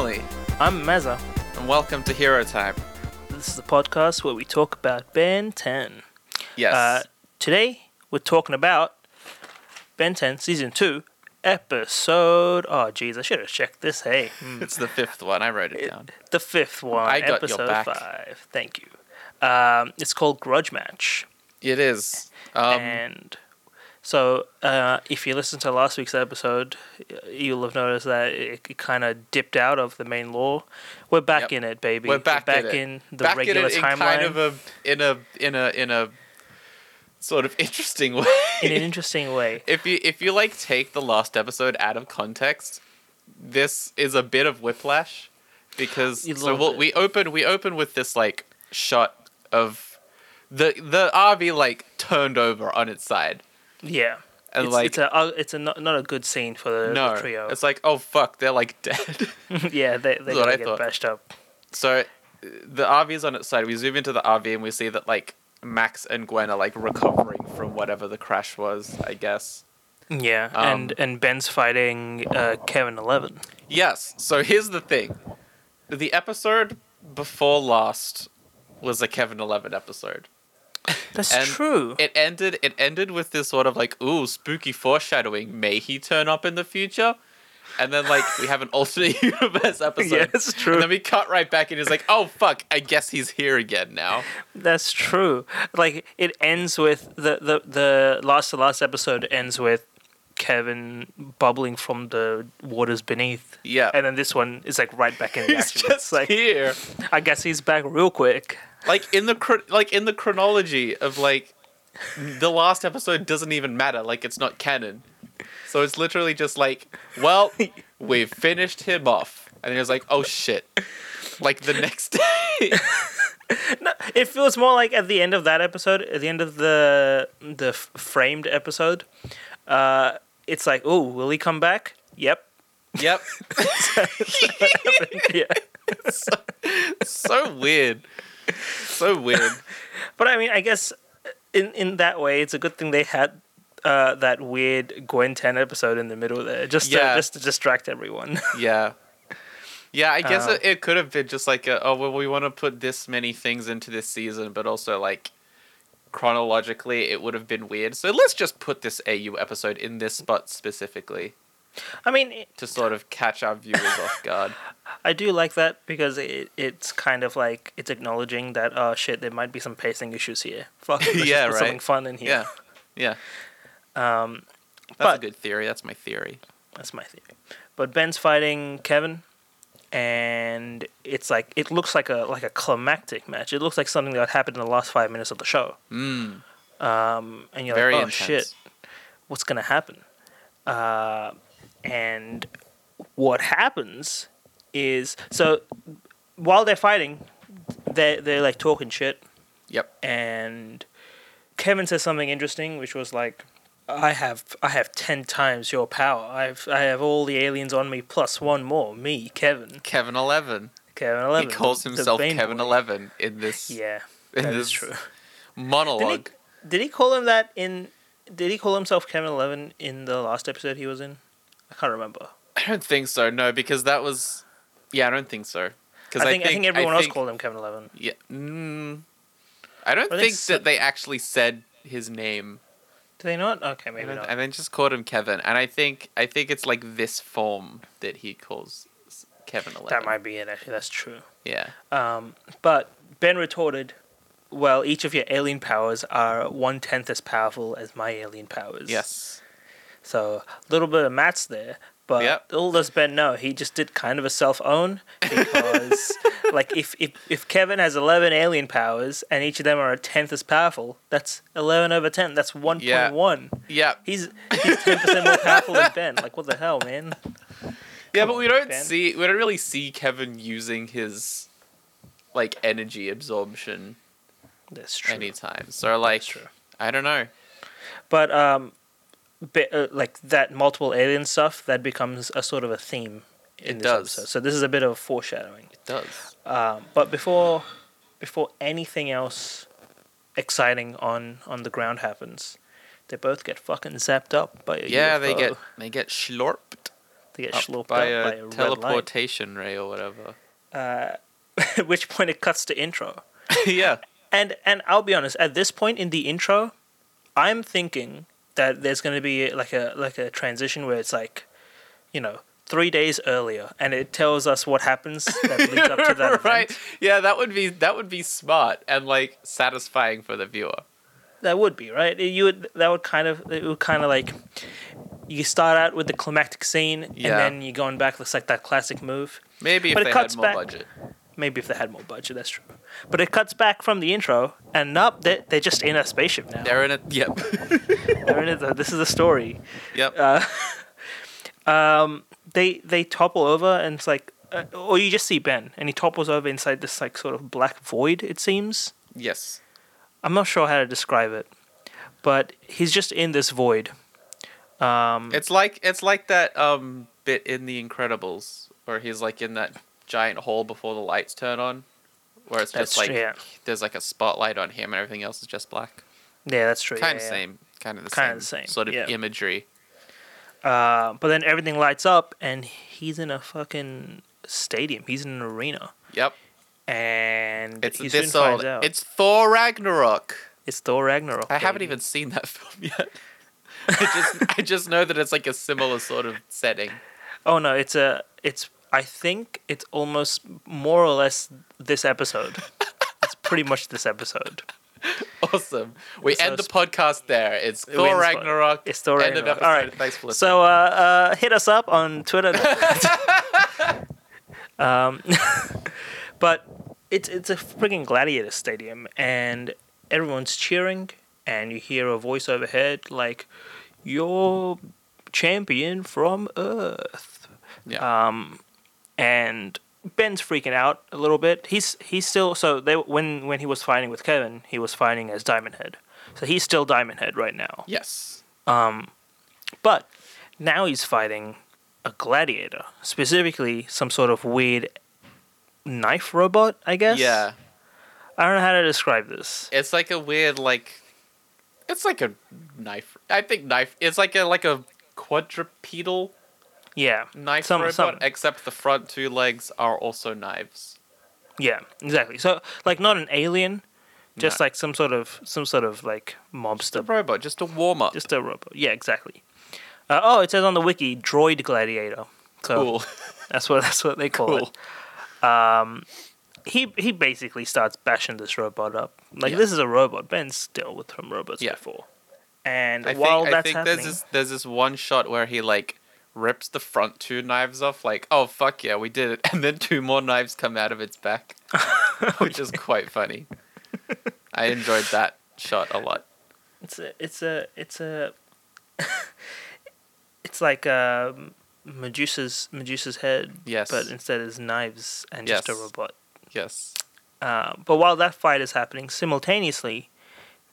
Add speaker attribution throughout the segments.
Speaker 1: I'm Meza.
Speaker 2: and welcome to Hero Time.
Speaker 1: This is a podcast where we talk about Ben 10.
Speaker 2: Yes.
Speaker 1: Uh, today, we're talking about Ben 10 Season 2, Episode. Oh, jeez, I should have checked this. Hey, Mm.
Speaker 2: it's the fifth one. I wrote it down.
Speaker 1: the fifth one,
Speaker 2: I got your
Speaker 1: Episode
Speaker 2: back.
Speaker 1: 5. Thank you. Um, it's called Grudge Match.
Speaker 2: It is. Um,
Speaker 1: and so, uh, if you listen to last week's episode, y- you'll have noticed that it, it kind of dipped out of the main lore. We're back
Speaker 2: Yep.
Speaker 1: in it, baby.
Speaker 2: we're back, in,
Speaker 1: back
Speaker 2: it.
Speaker 1: in the
Speaker 2: back
Speaker 1: regular
Speaker 2: in it in
Speaker 1: timeline.
Speaker 2: kind of a in a in a in a sort of interesting way.
Speaker 1: in an interesting way.
Speaker 2: if you if you like take the last episode out of context, this is a bit of whiplash because
Speaker 1: You
Speaker 2: so
Speaker 1: love
Speaker 2: we'll,
Speaker 1: it.
Speaker 2: we open we open with this like shot of the the RV like turned over on its side.
Speaker 1: Yeah.
Speaker 2: And,
Speaker 1: it's,
Speaker 2: like-
Speaker 1: it's a uh, it's a not, not a good scene for the, the
Speaker 2: No,
Speaker 1: trio.
Speaker 2: it's like oh fuck, they're like dead.
Speaker 1: yeah, they they
Speaker 2: what
Speaker 1: gonna
Speaker 2: I
Speaker 1: get
Speaker 2: thought.
Speaker 1: bashed up.
Speaker 2: so uh, the RV is on its side. We zoom into the RV and we see that like Max and Gwen are like recovering from whatever the crash was, I guess.
Speaker 1: Yeah,
Speaker 2: Um,
Speaker 1: and and Ben's fighting uh, Kevin Eleven.
Speaker 2: Yes. So here's the thing. The episode before last was a Kevin 11 episode.
Speaker 1: That's
Speaker 2: And
Speaker 1: true.
Speaker 2: It ended it ended with this sort of like, ooh, spooky foreshadowing. May he turn up in the future? And then like we have an alternate universe episode.
Speaker 1: Yeah, it's true.
Speaker 2: And then we cut right back and he's like, oh fuck, I guess he's here again now.
Speaker 1: That's true. Like it ends with the the the last to last episode ends with Kevin bubbling from the waters beneath.
Speaker 2: Yeah.
Speaker 1: And then this one is like right back in the
Speaker 2: he's
Speaker 1: action.
Speaker 2: just
Speaker 1: It's like
Speaker 2: here.
Speaker 1: I guess he's back real quick.
Speaker 2: Like in the chro- like in the chronology of like the last episode doesn't even matter, like it's not canon. So it's literally just like, well, we've finished him off. And then it's like, oh shit. Like the next day.
Speaker 1: It feels more like at the end of that episode, at the end of the the f- framed episode, uh, it's like, oh, will he come back? Yep.
Speaker 2: yep.
Speaker 1: yeah.
Speaker 2: So weird. So weird.
Speaker 1: But I mean, I guess uh, in in that way, it's a good thing they had uh, that weird Gwen Ten episode in the middle there, just
Speaker 2: Yeah.
Speaker 1: to, just to distract everyone.
Speaker 2: Yeah. Yeah, I guess
Speaker 1: Uh,
Speaker 2: it, it could have been just like, a, oh, well, we want to put this many things into this season, but also, like, chronologically, it would have been weird. So let's just put this AU episode in this spot specifically
Speaker 1: I mean,
Speaker 2: to sort of catch our viewers off guard.
Speaker 1: I do like that because it it's kind of like it's acknowledging that oh shit, there might be some pacing issues here. Fuck, it, let's
Speaker 2: Yeah,
Speaker 1: just put
Speaker 2: right.
Speaker 1: something fun in here.
Speaker 2: Yeah. Yeah.
Speaker 1: Um,
Speaker 2: That's a
Speaker 1: But-
Speaker 2: good theory. That's my theory.
Speaker 1: That's my theory. But Ben's fighting Kevin, and it's like it looks like a like a climactic match. It looks like something that happened in the last five minutes of the show.
Speaker 2: Mm.
Speaker 1: Um, and you're
Speaker 2: Very
Speaker 1: like, oh
Speaker 2: intense.
Speaker 1: shit, what's gonna happen? Uh, and what happens is so while they're fighting, they they're like talking shit
Speaker 2: Yep.
Speaker 1: and Kevin says something interesting, which was like, "I have I have ten times your power. I've I have all the aliens on me plus one more. Me, Kevin,
Speaker 2: Kevin 11.
Speaker 1: Kevin Eleven.
Speaker 2: He calls
Speaker 1: the- the
Speaker 2: himself
Speaker 1: Bane
Speaker 2: Kevin
Speaker 1: boy.
Speaker 2: 11 in this
Speaker 1: Yeah,
Speaker 2: in
Speaker 1: that
Speaker 2: this
Speaker 1: is true. Did
Speaker 2: monologue.
Speaker 1: he, did he call him that in? Did he call himself Kevin Eleven in the last episode he was in? I can't remember.
Speaker 2: I don't think so. No, because that was. Yeah, I don't think so.
Speaker 1: I
Speaker 2: Because
Speaker 1: think, I think everyone else
Speaker 2: think-
Speaker 1: called him Kevin Eleven.
Speaker 2: Yeah. Mm, I don't
Speaker 1: Or they
Speaker 2: think
Speaker 1: said-
Speaker 2: that they actually said his name.
Speaker 1: Do they not? Okay,
Speaker 2: I
Speaker 1: maybe
Speaker 2: don't-
Speaker 1: not.
Speaker 2: And then just called him Kevin. And I think I think it's like this form that he calls s- Kevin Eleven.
Speaker 1: that might be it. Actually, that's true.
Speaker 2: Yeah.
Speaker 1: Um, but Ben retorted, "Well, each of your alien powers are one tenth as powerful as my alien powers."
Speaker 2: Yes.
Speaker 1: So a little bit of maths there, but
Speaker 2: Yep.
Speaker 1: all does Ben know? He just did kind of a self own because, like, if, if if Kevin has eleven alien powers and each of them are a tenth as powerful, that's eleven over ten. That's one point one.
Speaker 2: Yeah.
Speaker 1: He's he's ten percent more powerful than Ben. Like, what the hell, man?
Speaker 2: Yeah, but we don't
Speaker 1: Ben.
Speaker 2: see we don't really see Kevin using his like energy absorption
Speaker 1: That's true.
Speaker 2: anytime. So like
Speaker 1: true.
Speaker 2: I don't know.
Speaker 1: But um, bi- uh, like that multiple alien stuff that becomes a sort of a theme in
Speaker 2: It
Speaker 1: this
Speaker 2: does.
Speaker 1: episode. So this is a bit of foreshadowing.
Speaker 2: It does.
Speaker 1: Um, but before before anything else exciting on on the ground happens, they both get fucking zapped up by a
Speaker 2: Yeah, they
Speaker 1: UFO.
Speaker 2: get they get schlorped
Speaker 1: they get
Speaker 2: up
Speaker 1: schlorped
Speaker 2: by,
Speaker 1: up
Speaker 2: a
Speaker 1: by a red light.
Speaker 2: teleportation ray or whatever.
Speaker 1: at which point it cuts to intro.
Speaker 2: yeah.
Speaker 1: And and I'll be honest, at this point in the intro, I'm thinking that there's going to be like a like a transition where it's like, you know, three days earlier, and it tells us what happens that leads up to that
Speaker 2: right.
Speaker 1: event.
Speaker 2: Yeah, that would be that would be smart and like satisfying for the viewer.
Speaker 1: That would be right. You would that would kind of it would kind of like. You start out with the climactic scene,
Speaker 2: Yeah.
Speaker 1: and then you're going back. Looks like that classic move.
Speaker 2: Maybe if
Speaker 1: But it
Speaker 2: they
Speaker 1: cuts
Speaker 2: had more
Speaker 1: back.
Speaker 2: budget.
Speaker 1: Maybe if they had more budget, that's true. But it cuts back from the intro, and nope, they're, they're just in a spaceship now.
Speaker 2: They're in it. Yep.
Speaker 1: They're in a, this is a story.
Speaker 2: Yep.
Speaker 1: Uh, They they topple over, and it's like, uh, or you just see Ben, and he topples over inside this like sort of black void. It seems.
Speaker 2: yes.
Speaker 1: I'm not sure how to describe it, but he's just in this void. Um,
Speaker 2: It's like it's like that um bit in The Incredibles where he's like in that giant hole before the lights turn on, where it's just
Speaker 1: That's
Speaker 2: like
Speaker 1: true, yeah.
Speaker 2: there's like a spotlight on him and everything else is just black.
Speaker 1: Yeah, that's true.
Speaker 2: Kind of
Speaker 1: yeah, yeah.
Speaker 2: same. Kind of the
Speaker 1: Kinda
Speaker 2: same.
Speaker 1: the same,
Speaker 2: Sort of
Speaker 1: yeah.
Speaker 2: imagery.
Speaker 1: Uh, but then everything lights up, and he's in a fucking stadium. He's in an arena,
Speaker 2: Yep.
Speaker 1: and
Speaker 2: It's
Speaker 1: he
Speaker 2: this
Speaker 1: soon
Speaker 2: old.
Speaker 1: finds out
Speaker 2: It's Thor Ragnarok.
Speaker 1: it's Thor Ragnarok.
Speaker 2: I haven't
Speaker 1: baby.
Speaker 2: even seen that film yet. I just I just know that it's like a similar sort of setting.
Speaker 1: Oh no, it's a it's I think it's almost more or less this episode. it's pretty much this episode.
Speaker 2: Awesome. We
Speaker 1: So
Speaker 2: end the
Speaker 1: it's-
Speaker 2: podcast there. It's
Speaker 1: We end
Speaker 2: Thor
Speaker 1: this pod-
Speaker 2: Ragnarok.
Speaker 1: It's Thor
Speaker 2: End of
Speaker 1: Ragnarok.
Speaker 2: episode.
Speaker 1: All right.
Speaker 2: Thanks for listening.
Speaker 1: So uh, uh, hit us up on Twitter. um, but it's it's a freaking gladiator stadium, and everyone's cheering, and you hear a voice overhead like, "Your champion from Earth."
Speaker 2: yeah.
Speaker 1: um, and Ben's freaking out a little bit. He's he's still so they when when he was fighting with Kevin, he was fighting as Diamond Head. So he's still Diamond Head right now.
Speaker 2: yes.
Speaker 1: But now he's fighting a gladiator, specifically some sort of weird knife robot, I guess.
Speaker 2: Yeah.
Speaker 1: I don't know how to describe this.
Speaker 2: It's like a weird like it's like a knife. I think knife it's like a like a quadrupedal
Speaker 1: Yeah.
Speaker 2: knife
Speaker 1: Some-
Speaker 2: robot
Speaker 1: some-
Speaker 2: except the front two legs are also knives.
Speaker 1: Yeah, exactly. So like not an alien, just
Speaker 2: No.
Speaker 1: like some sort of some sort of like
Speaker 2: The
Speaker 1: mobster
Speaker 2: robot just a warm up.
Speaker 1: Just a robot. Yeah, exactly. Uh, oh, it says on the wiki, droid gladiator. So
Speaker 2: cool.
Speaker 1: that's what that's what they call
Speaker 2: cool.
Speaker 1: it. Um, He he basically starts bashing this robot up. Like
Speaker 2: Yeah.
Speaker 1: this is a robot. Ben's dealt with some robots
Speaker 2: Yeah.
Speaker 1: before. And
Speaker 2: I
Speaker 1: while
Speaker 2: think, I
Speaker 1: that's
Speaker 2: think
Speaker 1: happening,
Speaker 2: there's this there's this one shot where he like rips the front two knives off, like, oh fuck yeah, we did it, and then two more knives come out of its back, which is quite funny. I enjoyed that shot a lot.
Speaker 1: it's a it's a it's a it's like um, Medusa's Medusa's head.
Speaker 2: Yes.
Speaker 1: But instead is knives and just
Speaker 2: Yes.
Speaker 1: a robot.
Speaker 2: Yes.
Speaker 1: Uh, but while that fight is happening, simultaneously,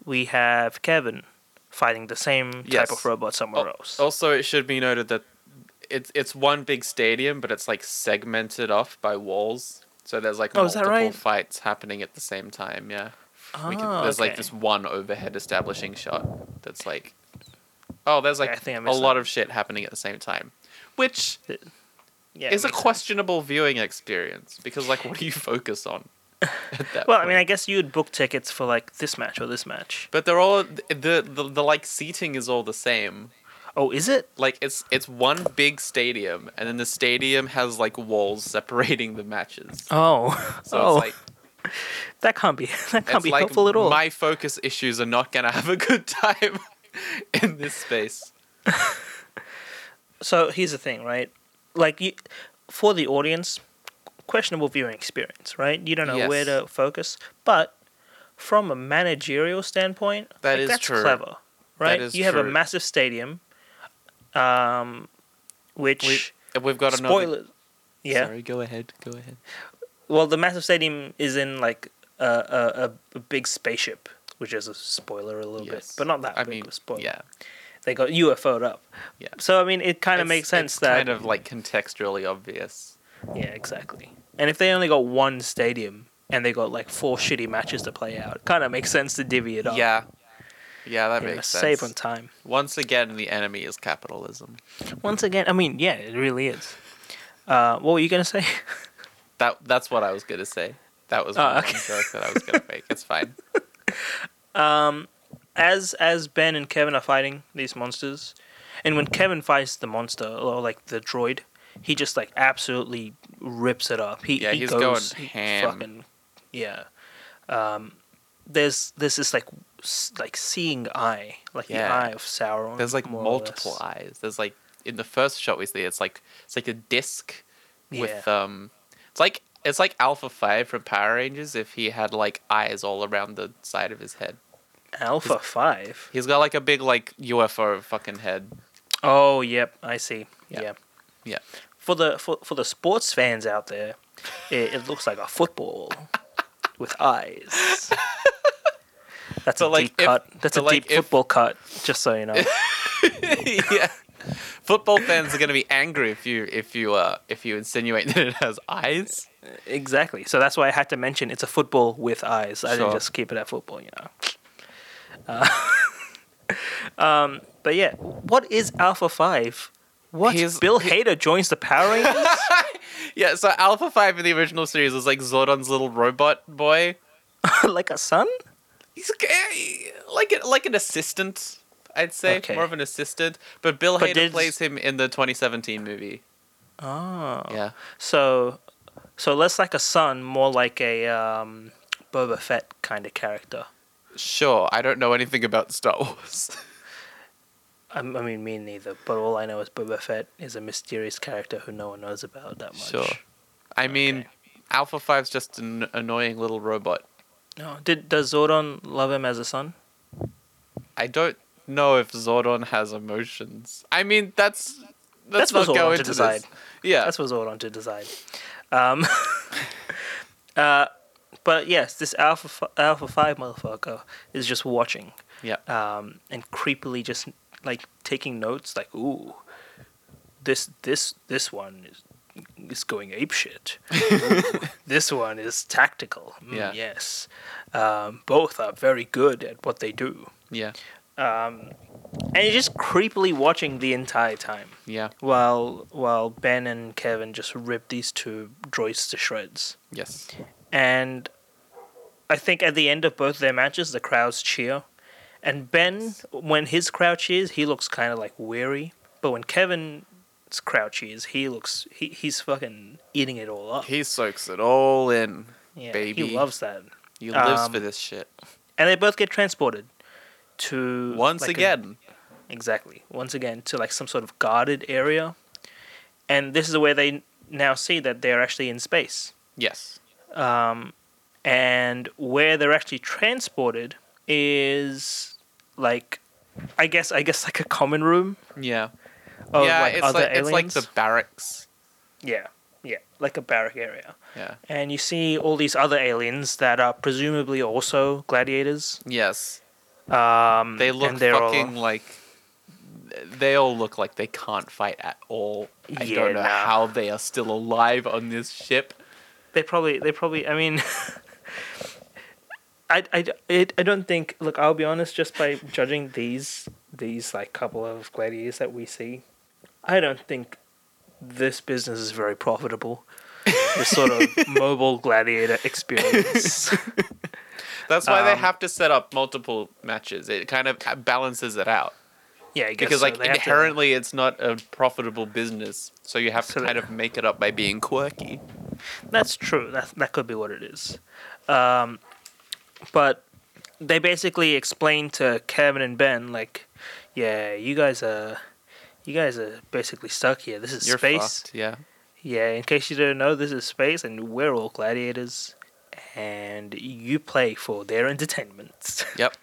Speaker 1: we have Kevin fighting the same
Speaker 2: Yes. Oh,
Speaker 1: type of robot somewhere
Speaker 2: Al-
Speaker 1: else.
Speaker 2: Also, it should be noted that it's it's one big stadium, but it's like segmented off by walls. So there's like
Speaker 1: Oh, is that
Speaker 2: multiple
Speaker 1: right?
Speaker 2: fights happening at the same time. Yeah. We can-
Speaker 1: Ah,
Speaker 2: there's like
Speaker 1: okay.
Speaker 2: this one overhead establishing shot that's like, oh, there's like
Speaker 1: I think I
Speaker 2: a
Speaker 1: missed
Speaker 2: lot
Speaker 1: that.
Speaker 2: of shit happening at the same time, which is
Speaker 1: Yeah,
Speaker 2: a
Speaker 1: makes sense.
Speaker 2: questionable viewing experience because like, what do you focus on? At that
Speaker 1: Well, I
Speaker 2: point?
Speaker 1: mean, I guess you'd book tickets for like this match or this match.
Speaker 2: but they're all the, the the like seating is all the same.
Speaker 1: Oh, is it?
Speaker 2: like it's it's one big stadium and then the stadium has like walls separating the matches
Speaker 1: Oh,
Speaker 2: so
Speaker 1: oh,
Speaker 2: it's like
Speaker 1: that can't be that can't
Speaker 2: it's
Speaker 1: be
Speaker 2: like
Speaker 1: helpful at all.
Speaker 2: my focus issues are not gonna have a good time in this space
Speaker 1: So here's the thing, right? Like you, for the audience, questionable viewing experience, right? You don't know where
Speaker 2: Yes.
Speaker 1: to focus, but from a managerial standpoint,
Speaker 2: That
Speaker 1: like,
Speaker 2: is
Speaker 1: that's
Speaker 2: true.
Speaker 1: clever, right?
Speaker 2: is
Speaker 1: you have a
Speaker 2: true.
Speaker 1: massive stadium, um,
Speaker 2: we,
Speaker 1: which
Speaker 2: we've got another
Speaker 1: spoiler, yeah.
Speaker 2: sorry go ahead go ahead
Speaker 1: Well, the massive stadium is in like a a, a, a big spaceship, which is a spoiler a little bit,
Speaker 2: Yes.
Speaker 1: but not that
Speaker 2: i
Speaker 1: big
Speaker 2: mean
Speaker 1: of a spoiler.
Speaker 2: yeah
Speaker 1: They got UFO'd up.
Speaker 2: Yeah.
Speaker 1: So I mean, it kind of
Speaker 2: It's-
Speaker 1: makes sense
Speaker 2: it's
Speaker 1: that
Speaker 2: kind of like contextually obvious
Speaker 1: yeah, exactly. And if they only got one stadium and they got like four shitty matches to play out, it kind of makes sense to divvy it up.
Speaker 2: yeah yeah that
Speaker 1: You know,
Speaker 2: makes sense
Speaker 1: save on time.
Speaker 2: once again the enemy is capitalism
Speaker 1: Once again, I mean, yeah, it really is. Uh, what were you gonna say?
Speaker 2: That that's what I was gonna say. That was
Speaker 1: Oh,
Speaker 2: one
Speaker 1: okay.
Speaker 2: joke that I was gonna make. It's fine.
Speaker 1: as as Ben and Kevin are fighting these monsters, and when Kevin fights the monster or like the droid, he just like absolutely rips it up. He
Speaker 2: Yeah,
Speaker 1: he
Speaker 2: he's
Speaker 1: goes
Speaker 2: going
Speaker 1: he
Speaker 2: ham.
Speaker 1: Fucking, yeah. Um, there's there's this like s- like seeing eye, like the
Speaker 2: Yeah.
Speaker 1: eye of Sauron.
Speaker 2: There's like
Speaker 1: more or
Speaker 2: multiple
Speaker 1: less.
Speaker 2: eyes. There's like in the first shot we see it's like it's like a disc with
Speaker 1: Yeah.
Speaker 2: um it's like it's like Alpha Five from Power Rangers if he had like eyes all around the side of his head.
Speaker 1: Alpha five.
Speaker 2: He's got like a big like UFO fucking head.
Speaker 1: Oh, yep, I see.
Speaker 2: Yeah.
Speaker 1: yeah.
Speaker 2: Yeah.
Speaker 1: for the for, for the sports fans out there, it, it looks like a football with eyes. That's a
Speaker 2: But, like,
Speaker 1: deep
Speaker 2: if-
Speaker 1: cut. That's a
Speaker 2: but, like,
Speaker 1: deep
Speaker 2: if-
Speaker 1: football cut. Just so you know.
Speaker 2: yeah. Football fans are gonna be angry if you if you uh if you insinuate that it has eyes.
Speaker 1: exactly. So that's why I had to mention it's a football with eyes. I didn't
Speaker 2: Sure.
Speaker 1: just keep it at football, you know. Uh, um, but yeah, what is Alpha Five? What
Speaker 2: He's-
Speaker 1: Bill Hader joins the Power Rangers?
Speaker 2: Yeah, so Alpha Five in the original series was like Zordon's little robot boy.
Speaker 1: like a son?
Speaker 2: He's eh, like a, like an assistant, I'd say,
Speaker 1: Okay.
Speaker 2: more of an assistant. But Bill
Speaker 1: But
Speaker 2: Hader
Speaker 1: did-
Speaker 2: plays him in the 2017 movie.
Speaker 1: Oh.
Speaker 2: Yeah,
Speaker 1: So, so less like a son, more like a um, Boba Fett kind of character.
Speaker 2: sure. I don't know anything about Star Wars.
Speaker 1: I, m- I mean, me neither. But all I know is Boba Fett is a mysterious character who no one knows about that much.
Speaker 2: sure. I mean, Alpha Five's just an annoying little robot.
Speaker 1: No. Did does Zordon love him as a son?
Speaker 2: I don't know if Zordon has emotions. I mean, that's let's
Speaker 1: That's for
Speaker 2: not go
Speaker 1: Zordon to
Speaker 2: into
Speaker 1: decide.
Speaker 2: this. Yeah,
Speaker 1: That's for Zordon to decide. Um, uh, but yes, this Alpha Fi- Alpha Five motherfucker is just watching.
Speaker 2: yeah.
Speaker 1: um, and creepily just like taking notes, like ooh, this this this one is is going ape shit. this one is tactical. Mm,
Speaker 2: Yeah.
Speaker 1: Yes, um, both are very good at what they do, Um,
Speaker 2: Yeah,
Speaker 1: and you're just creepily watching the entire time
Speaker 2: yeah,
Speaker 1: while while Ben and Kevin just rip these two droids to shreds.
Speaker 2: yes.
Speaker 1: And I think at the end of both their matches, the crowds cheer. And Ben, when his crowd cheers, he looks kind of like weary. But when Kevin's crowd cheers, he looks he, he's fucking eating it all up.
Speaker 2: He soaks it all in,
Speaker 1: yeah,
Speaker 2: baby.
Speaker 1: he loves that.
Speaker 2: He lives
Speaker 1: um,
Speaker 2: for this shit.
Speaker 1: And they both get transported to
Speaker 2: Once
Speaker 1: like, a-
Speaker 2: again,
Speaker 1: exactly. Once again to like some sort of guarded area. And this is where they now see that they're actually in space.
Speaker 2: yes.
Speaker 1: Um, and where they're actually transported is like I guess I guess like a common room
Speaker 2: Yeah.
Speaker 1: of
Speaker 2: yeah,
Speaker 1: like
Speaker 2: it's
Speaker 1: other
Speaker 2: like
Speaker 1: aliens.
Speaker 2: it's like the barracks.
Speaker 1: yeah, yeah, like a barrack area.
Speaker 2: Yeah.
Speaker 1: And you see all these other aliens that are presumably also gladiators.
Speaker 2: Yes.
Speaker 1: Um,
Speaker 2: They look
Speaker 1: and they're all-
Speaker 2: fucking like they all look like they can't fight at all. I
Speaker 1: Yeah,
Speaker 2: don't know
Speaker 1: nah.
Speaker 2: how they are still alive on this ship.
Speaker 1: they probably they probably I mean. I, I, it, I don't think look I'll be honest just by judging these these like couple of gladiators that we see I don't think this business is very profitable this sort of mobile gladiator experience
Speaker 2: That's why they
Speaker 1: Um,
Speaker 2: have to set up multiple matches. It kind of uh, balances it out
Speaker 1: yeah I guess
Speaker 2: because
Speaker 1: so.
Speaker 2: like
Speaker 1: They have to-
Speaker 2: inherently it's not a profitable business, so you have to
Speaker 1: So they-
Speaker 2: kind of make it up by being quirky.
Speaker 1: That's true. That that could be what it is. Um, but they basically explain to Kevin and Ben like, yeah, you guys are, you guys are basically stuck here. This is
Speaker 2: You're
Speaker 1: space.
Speaker 2: fucked, yeah.
Speaker 1: Yeah. In case you didn't know, this is space, and we're all gladiators, and you play for their entertainment. Um,
Speaker 2: Yep.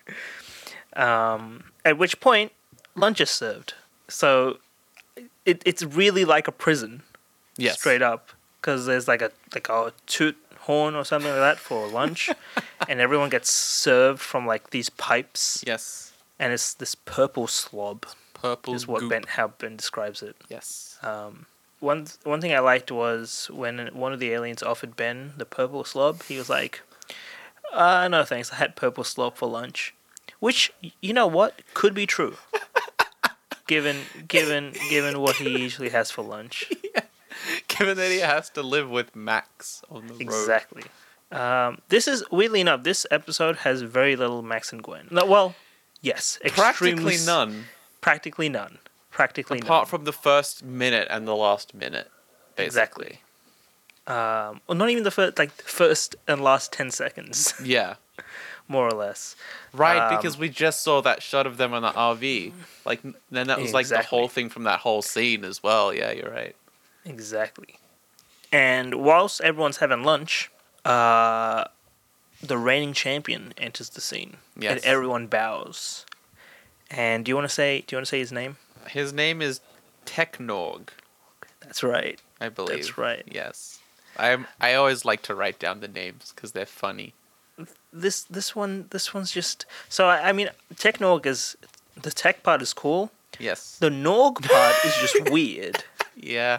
Speaker 1: At which point, lunch is served. So, it, it's really like a prison
Speaker 2: Yes.
Speaker 1: straight up because there's like a like a toot horn or something like that for lunch, and everyone gets served from like these pipes,
Speaker 2: Yes.
Speaker 1: and it's this purple slob
Speaker 2: Purple
Speaker 1: is what
Speaker 2: goop.
Speaker 1: Ben how Ben describes it. Um,
Speaker 2: Yes.
Speaker 1: One one thing I liked was when one of the aliens offered Ben the purple slob, he was like, uh, "No thanks, I had purple slob for lunch," which y- you know what could be true. Given, given, given what he usually has for lunch,
Speaker 2: given that he has to live with Max on the road.
Speaker 1: Exactly. Um, this is weirdly enough. This episode has very little Max and Gwen. No, Uh, well, yes, extremely
Speaker 2: Practically
Speaker 1: s-
Speaker 2: none,
Speaker 1: Practically none. Practically
Speaker 2: apart from the first minute and the last minute. Basically.
Speaker 1: Exactly. none. Um, well, not even the first, like first and last ten seconds,
Speaker 2: Yeah.
Speaker 1: more or less.
Speaker 2: Right,
Speaker 1: Um,
Speaker 2: because we just saw that shot of them on the RV. Like n- then that was like the
Speaker 1: Exactly.
Speaker 2: whole thing from that whole scene as well. Yeah, you're right.
Speaker 1: Exactly. And whilst everyone's having lunch, uh, the reigning champion enters the scene,
Speaker 2: Yes.
Speaker 1: and everyone bows. And do you want to say? Do you want to say his name?
Speaker 2: His name is Technorg,
Speaker 1: That's right.
Speaker 2: I believe.
Speaker 1: right.
Speaker 2: Yes. I'm I always like to write down the names cuz they're funny.
Speaker 1: this this one this one's just so I, I mean Technorg is the tech part is cool.
Speaker 2: Yes.
Speaker 1: The Norg part is just weird.
Speaker 2: Yeah.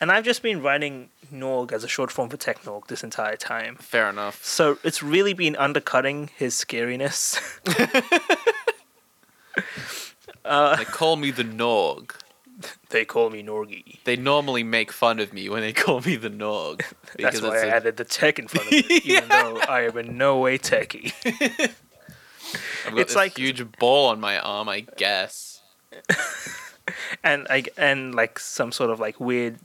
Speaker 1: And I've just been writing Norg as a short form for Technorg this entire time.
Speaker 2: Fair enough.
Speaker 1: So it's really been undercutting his scariness.
Speaker 2: They call me the Norg.
Speaker 1: they call me Norgy.
Speaker 2: They normally make fun of me when they call me the Norg
Speaker 1: That's why I
Speaker 2: it's a-
Speaker 1: added the tech in front of it, even though I am in no way techie.
Speaker 2: I've got
Speaker 1: it's
Speaker 2: this
Speaker 1: like-
Speaker 2: huge ball on my arm, I guess.
Speaker 1: and I and like some sort of like weird.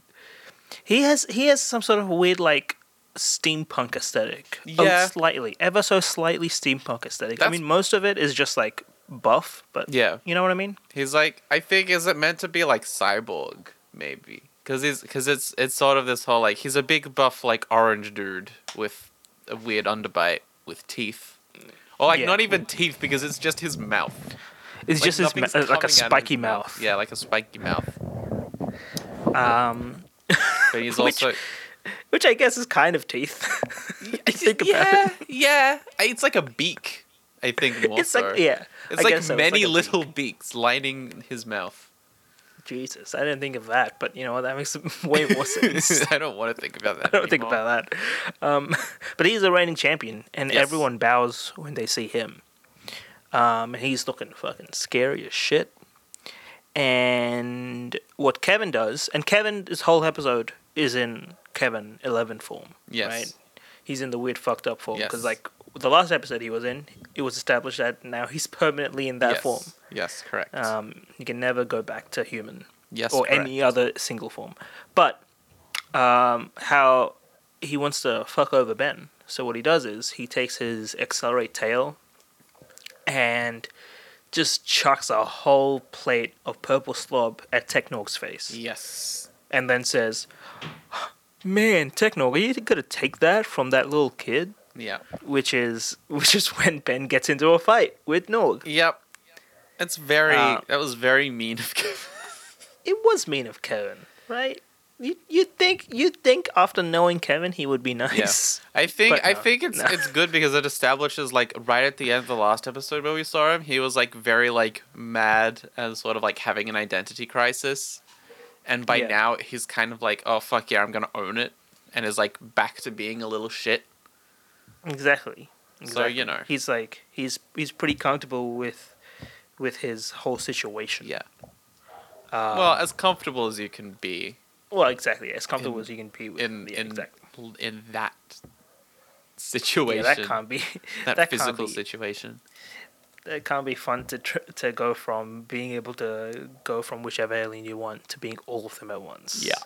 Speaker 1: He has he has some sort of weird like steampunk aesthetic. Oh,
Speaker 2: Yeah.
Speaker 1: slightly, ever so slightly steampunk aesthetic. I
Speaker 2: That's-
Speaker 1: mean, most of it is just like buff, but
Speaker 2: Yeah.
Speaker 1: you know what I mean.
Speaker 2: He's like, I think is it meant to be like cyborg, maybe? Because he's because it's it's sort of this whole like he's a big buff like orange dude with a weird underbite with teeth, or like
Speaker 1: Yeah.
Speaker 2: not even teeth because it's just his mouth.
Speaker 1: It's
Speaker 2: Like,
Speaker 1: just his,
Speaker 2: nothing's
Speaker 1: ma- like
Speaker 2: coming out
Speaker 1: a
Speaker 2: of his
Speaker 1: spiky mouth.
Speaker 2: Yeah, like a spiky mouth.
Speaker 1: Um,
Speaker 2: But he's
Speaker 1: Which-
Speaker 2: also
Speaker 1: which I guess is kind of teeth. I think about
Speaker 2: yeah,
Speaker 1: it.
Speaker 2: yeah. It's like a beak. I think more
Speaker 1: It's
Speaker 2: so.
Speaker 1: like yeah.
Speaker 2: It's
Speaker 1: I
Speaker 2: like
Speaker 1: guess so. It's
Speaker 2: many
Speaker 1: like a
Speaker 2: little
Speaker 1: beak.
Speaker 2: beaks lining his mouth.
Speaker 1: Jesus, I didn't think of that, but you know what? That makes way more sense.
Speaker 2: I don't want to think about that.
Speaker 1: I don't think
Speaker 2: anymore.
Speaker 1: about that. Um, but he's the reigning champion, and
Speaker 2: Yes.
Speaker 1: everyone bows when they see him. Um, and he's looking fucking scary as shit. And what Kevin does, and Kevin, this whole episode is in Kevin 11 form.
Speaker 2: Yes.
Speaker 1: He's in the weird fucked up form. Because,
Speaker 2: Yes.
Speaker 1: like, the last episode he was in, it was established that now he's permanently in that
Speaker 2: yes.
Speaker 1: form.
Speaker 2: Yes, correct.
Speaker 1: Um, you can never go back to human
Speaker 2: yes,
Speaker 1: or
Speaker 2: correct.
Speaker 1: any other single form. But um, how he wants to fuck over Ben. So what he does is he takes his accelerate tail and just chucks a whole plate of purple slob at Technorg's face,
Speaker 2: Yes.
Speaker 1: and then says, "Man, Technorg, are you gonna take that from that little kid?"
Speaker 2: Yeah.
Speaker 1: Which is which is when Ben gets into a fight with Norg.
Speaker 2: Yep. It's very.
Speaker 1: Uh,
Speaker 2: that was very mean of Kevin.
Speaker 1: it was mean of Kevin, right? You you think you think after knowing Kevin he would be nice?
Speaker 2: I think.
Speaker 1: But
Speaker 2: I
Speaker 1: no,
Speaker 2: think it's
Speaker 1: no.
Speaker 2: it's good because it establishes like right at the end of the last episode where we saw him, he was like very like mad and sort of like having an identity crisis, and by
Speaker 1: Yeah.
Speaker 2: now he's kind of like, oh fuck yeah, I'm gonna own it, and is like back to being a little shit.
Speaker 1: Exactly.
Speaker 2: So, you
Speaker 1: Exactly.
Speaker 2: know.
Speaker 1: he's like he's he's pretty comfortable with with his whole situation.
Speaker 2: Yeah.
Speaker 1: Um,
Speaker 2: well, as comfortable as you can be
Speaker 1: well, exactly. As comfortable
Speaker 2: in-
Speaker 1: as you can be with
Speaker 2: in
Speaker 1: yeah,
Speaker 2: in
Speaker 1: exactly.
Speaker 2: in that
Speaker 1: Yeah,
Speaker 2: situation,
Speaker 1: that can't be
Speaker 2: that
Speaker 1: that,
Speaker 2: physical
Speaker 1: can't be,
Speaker 2: situation.
Speaker 1: that can't be fun to tr- to go from being able to go from whichever alien you want to being all of them at once.
Speaker 2: Yeah.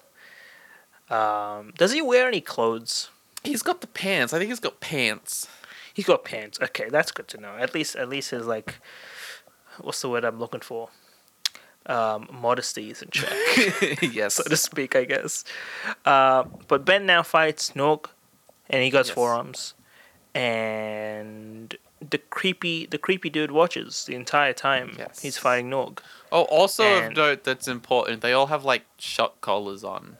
Speaker 1: Um, does he wear any clothes?
Speaker 2: He's got the pants. I think he's got pants.
Speaker 1: He's got pants. Okay, that's good to know. At least, at least his like, what's the word I'm looking for? Um, modesty is in check,
Speaker 2: yes.
Speaker 1: so to speak, I guess. Uh, but Ben now fights Snork, and he got
Speaker 2: Yes.
Speaker 1: forearms, and the creepy, the creepy dude watches the entire time
Speaker 2: Yes.
Speaker 1: he's fighting Norg.
Speaker 2: oh, also of
Speaker 1: And-
Speaker 2: note that's important. They all have like shot collars on,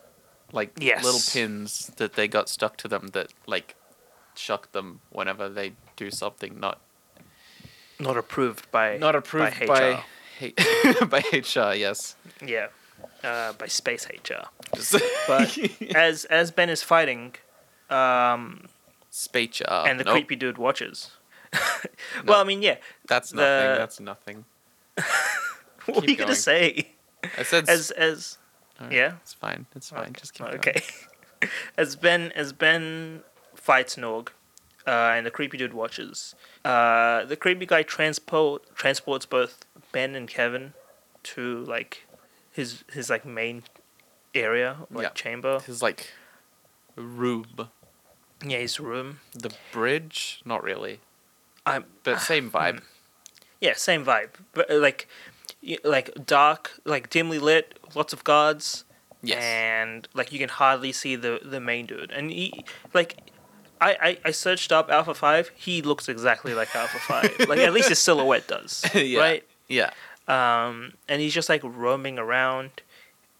Speaker 2: like
Speaker 1: Yes.
Speaker 2: little pins that they got stuck to them that like shock them whenever they do something not
Speaker 1: Not approved by
Speaker 2: not approved by
Speaker 1: by, HR.
Speaker 2: H- by HR. Yes.
Speaker 1: yeah, uh, by space HR.
Speaker 2: Just-
Speaker 1: But as as Ben is fighting, um,
Speaker 2: Speech HR.
Speaker 1: and the
Speaker 2: Uh, Nope,
Speaker 1: creepy dude watches. well, I mean, yeah.
Speaker 2: That's
Speaker 1: the-
Speaker 2: nothing. That's nothing. Keep
Speaker 1: What are you gonna
Speaker 2: going.
Speaker 1: say?
Speaker 2: I said
Speaker 1: As as
Speaker 2: No,
Speaker 1: Yeah? Oh,
Speaker 2: It's fine. It's fine. Just keep going.
Speaker 1: Okay. as Ben as Ben fights Norg, uh, and the creepy dude watches. Uh, the creepy guy transport transports both Ben and Kevin to like his his like main area like
Speaker 2: Yeah.
Speaker 1: chamber.
Speaker 2: His like room,
Speaker 1: Yeah, his room.
Speaker 2: the bridge, not really,
Speaker 1: I'm
Speaker 2: but same
Speaker 1: Mm,
Speaker 2: vibe.
Speaker 1: yeah, same vibe, but uh, like y- like dark, like dimly lit, lots of guards.
Speaker 2: Yes.
Speaker 1: and like you can hardly see the the main dude and he like I, I, I searched up Alpha Five. He looks exactly like Alpha Five. like at least his silhouette does,
Speaker 2: Yeah.
Speaker 1: right?
Speaker 2: Yeah.
Speaker 1: Um, and he's just like roaming around,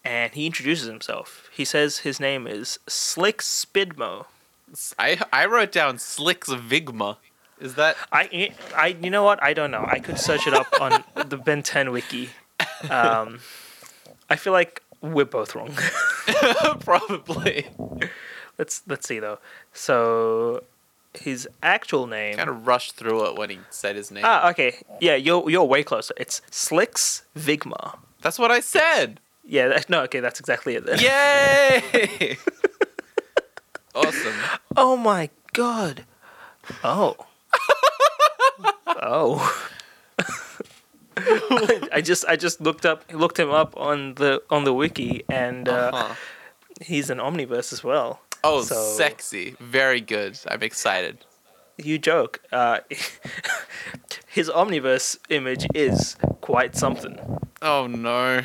Speaker 1: and he introduces himself. He says his name is Slick Spidmo.
Speaker 2: S- I I wrote down Slick's Vigma. Is that
Speaker 1: I I you know what? I don't know. I could search it up on the Ben Ten wiki. Um, I feel like we're both wrong.
Speaker 2: probably
Speaker 1: let's let's see though. So his actual name.
Speaker 2: kind of rushed through it when he said his name?
Speaker 1: Ah, okay. Yeah, you're you're way closer. It's Slicks Vigma.
Speaker 2: That's what I said.
Speaker 1: Yeah, that, no, okay, that's exactly it then.
Speaker 2: Yay! awesome.
Speaker 1: Oh my god. Oh. oh. I, I just I just looked up looked him up on the on the wiki and uh,
Speaker 2: Uh-huh.
Speaker 1: he's an omniverse as well.
Speaker 2: Oh,
Speaker 1: so-
Speaker 2: sexy. Very good. I'm excited.
Speaker 1: You joke. Uh, his omniverse image is quite something.
Speaker 2: Oh no.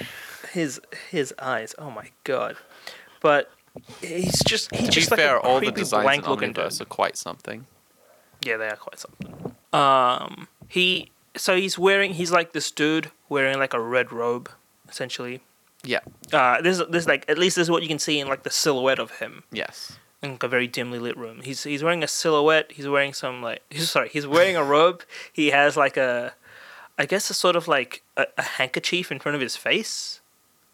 Speaker 1: his his eyes. Oh my god! But he's just he's
Speaker 2: To be
Speaker 1: just like
Speaker 2: fair,
Speaker 1: a
Speaker 2: all the
Speaker 1: creepy
Speaker 2: designs in
Speaker 1: blank looking dude.
Speaker 2: Omniverse are quite something.
Speaker 1: Yeah, they are quite something. Um, he so he's wearing he's like this dude wearing like a red robe essentially.
Speaker 2: Yeah.
Speaker 1: Uh, this this like at least this is what you can see in like the silhouette of him
Speaker 2: Yes.
Speaker 1: in like a very dimly lit room. He's he's wearing a silhouette. He's wearing some like he's sorry. He's wearing a robe. He has like a, I guess a sort of like a, a handkerchief in front of his face,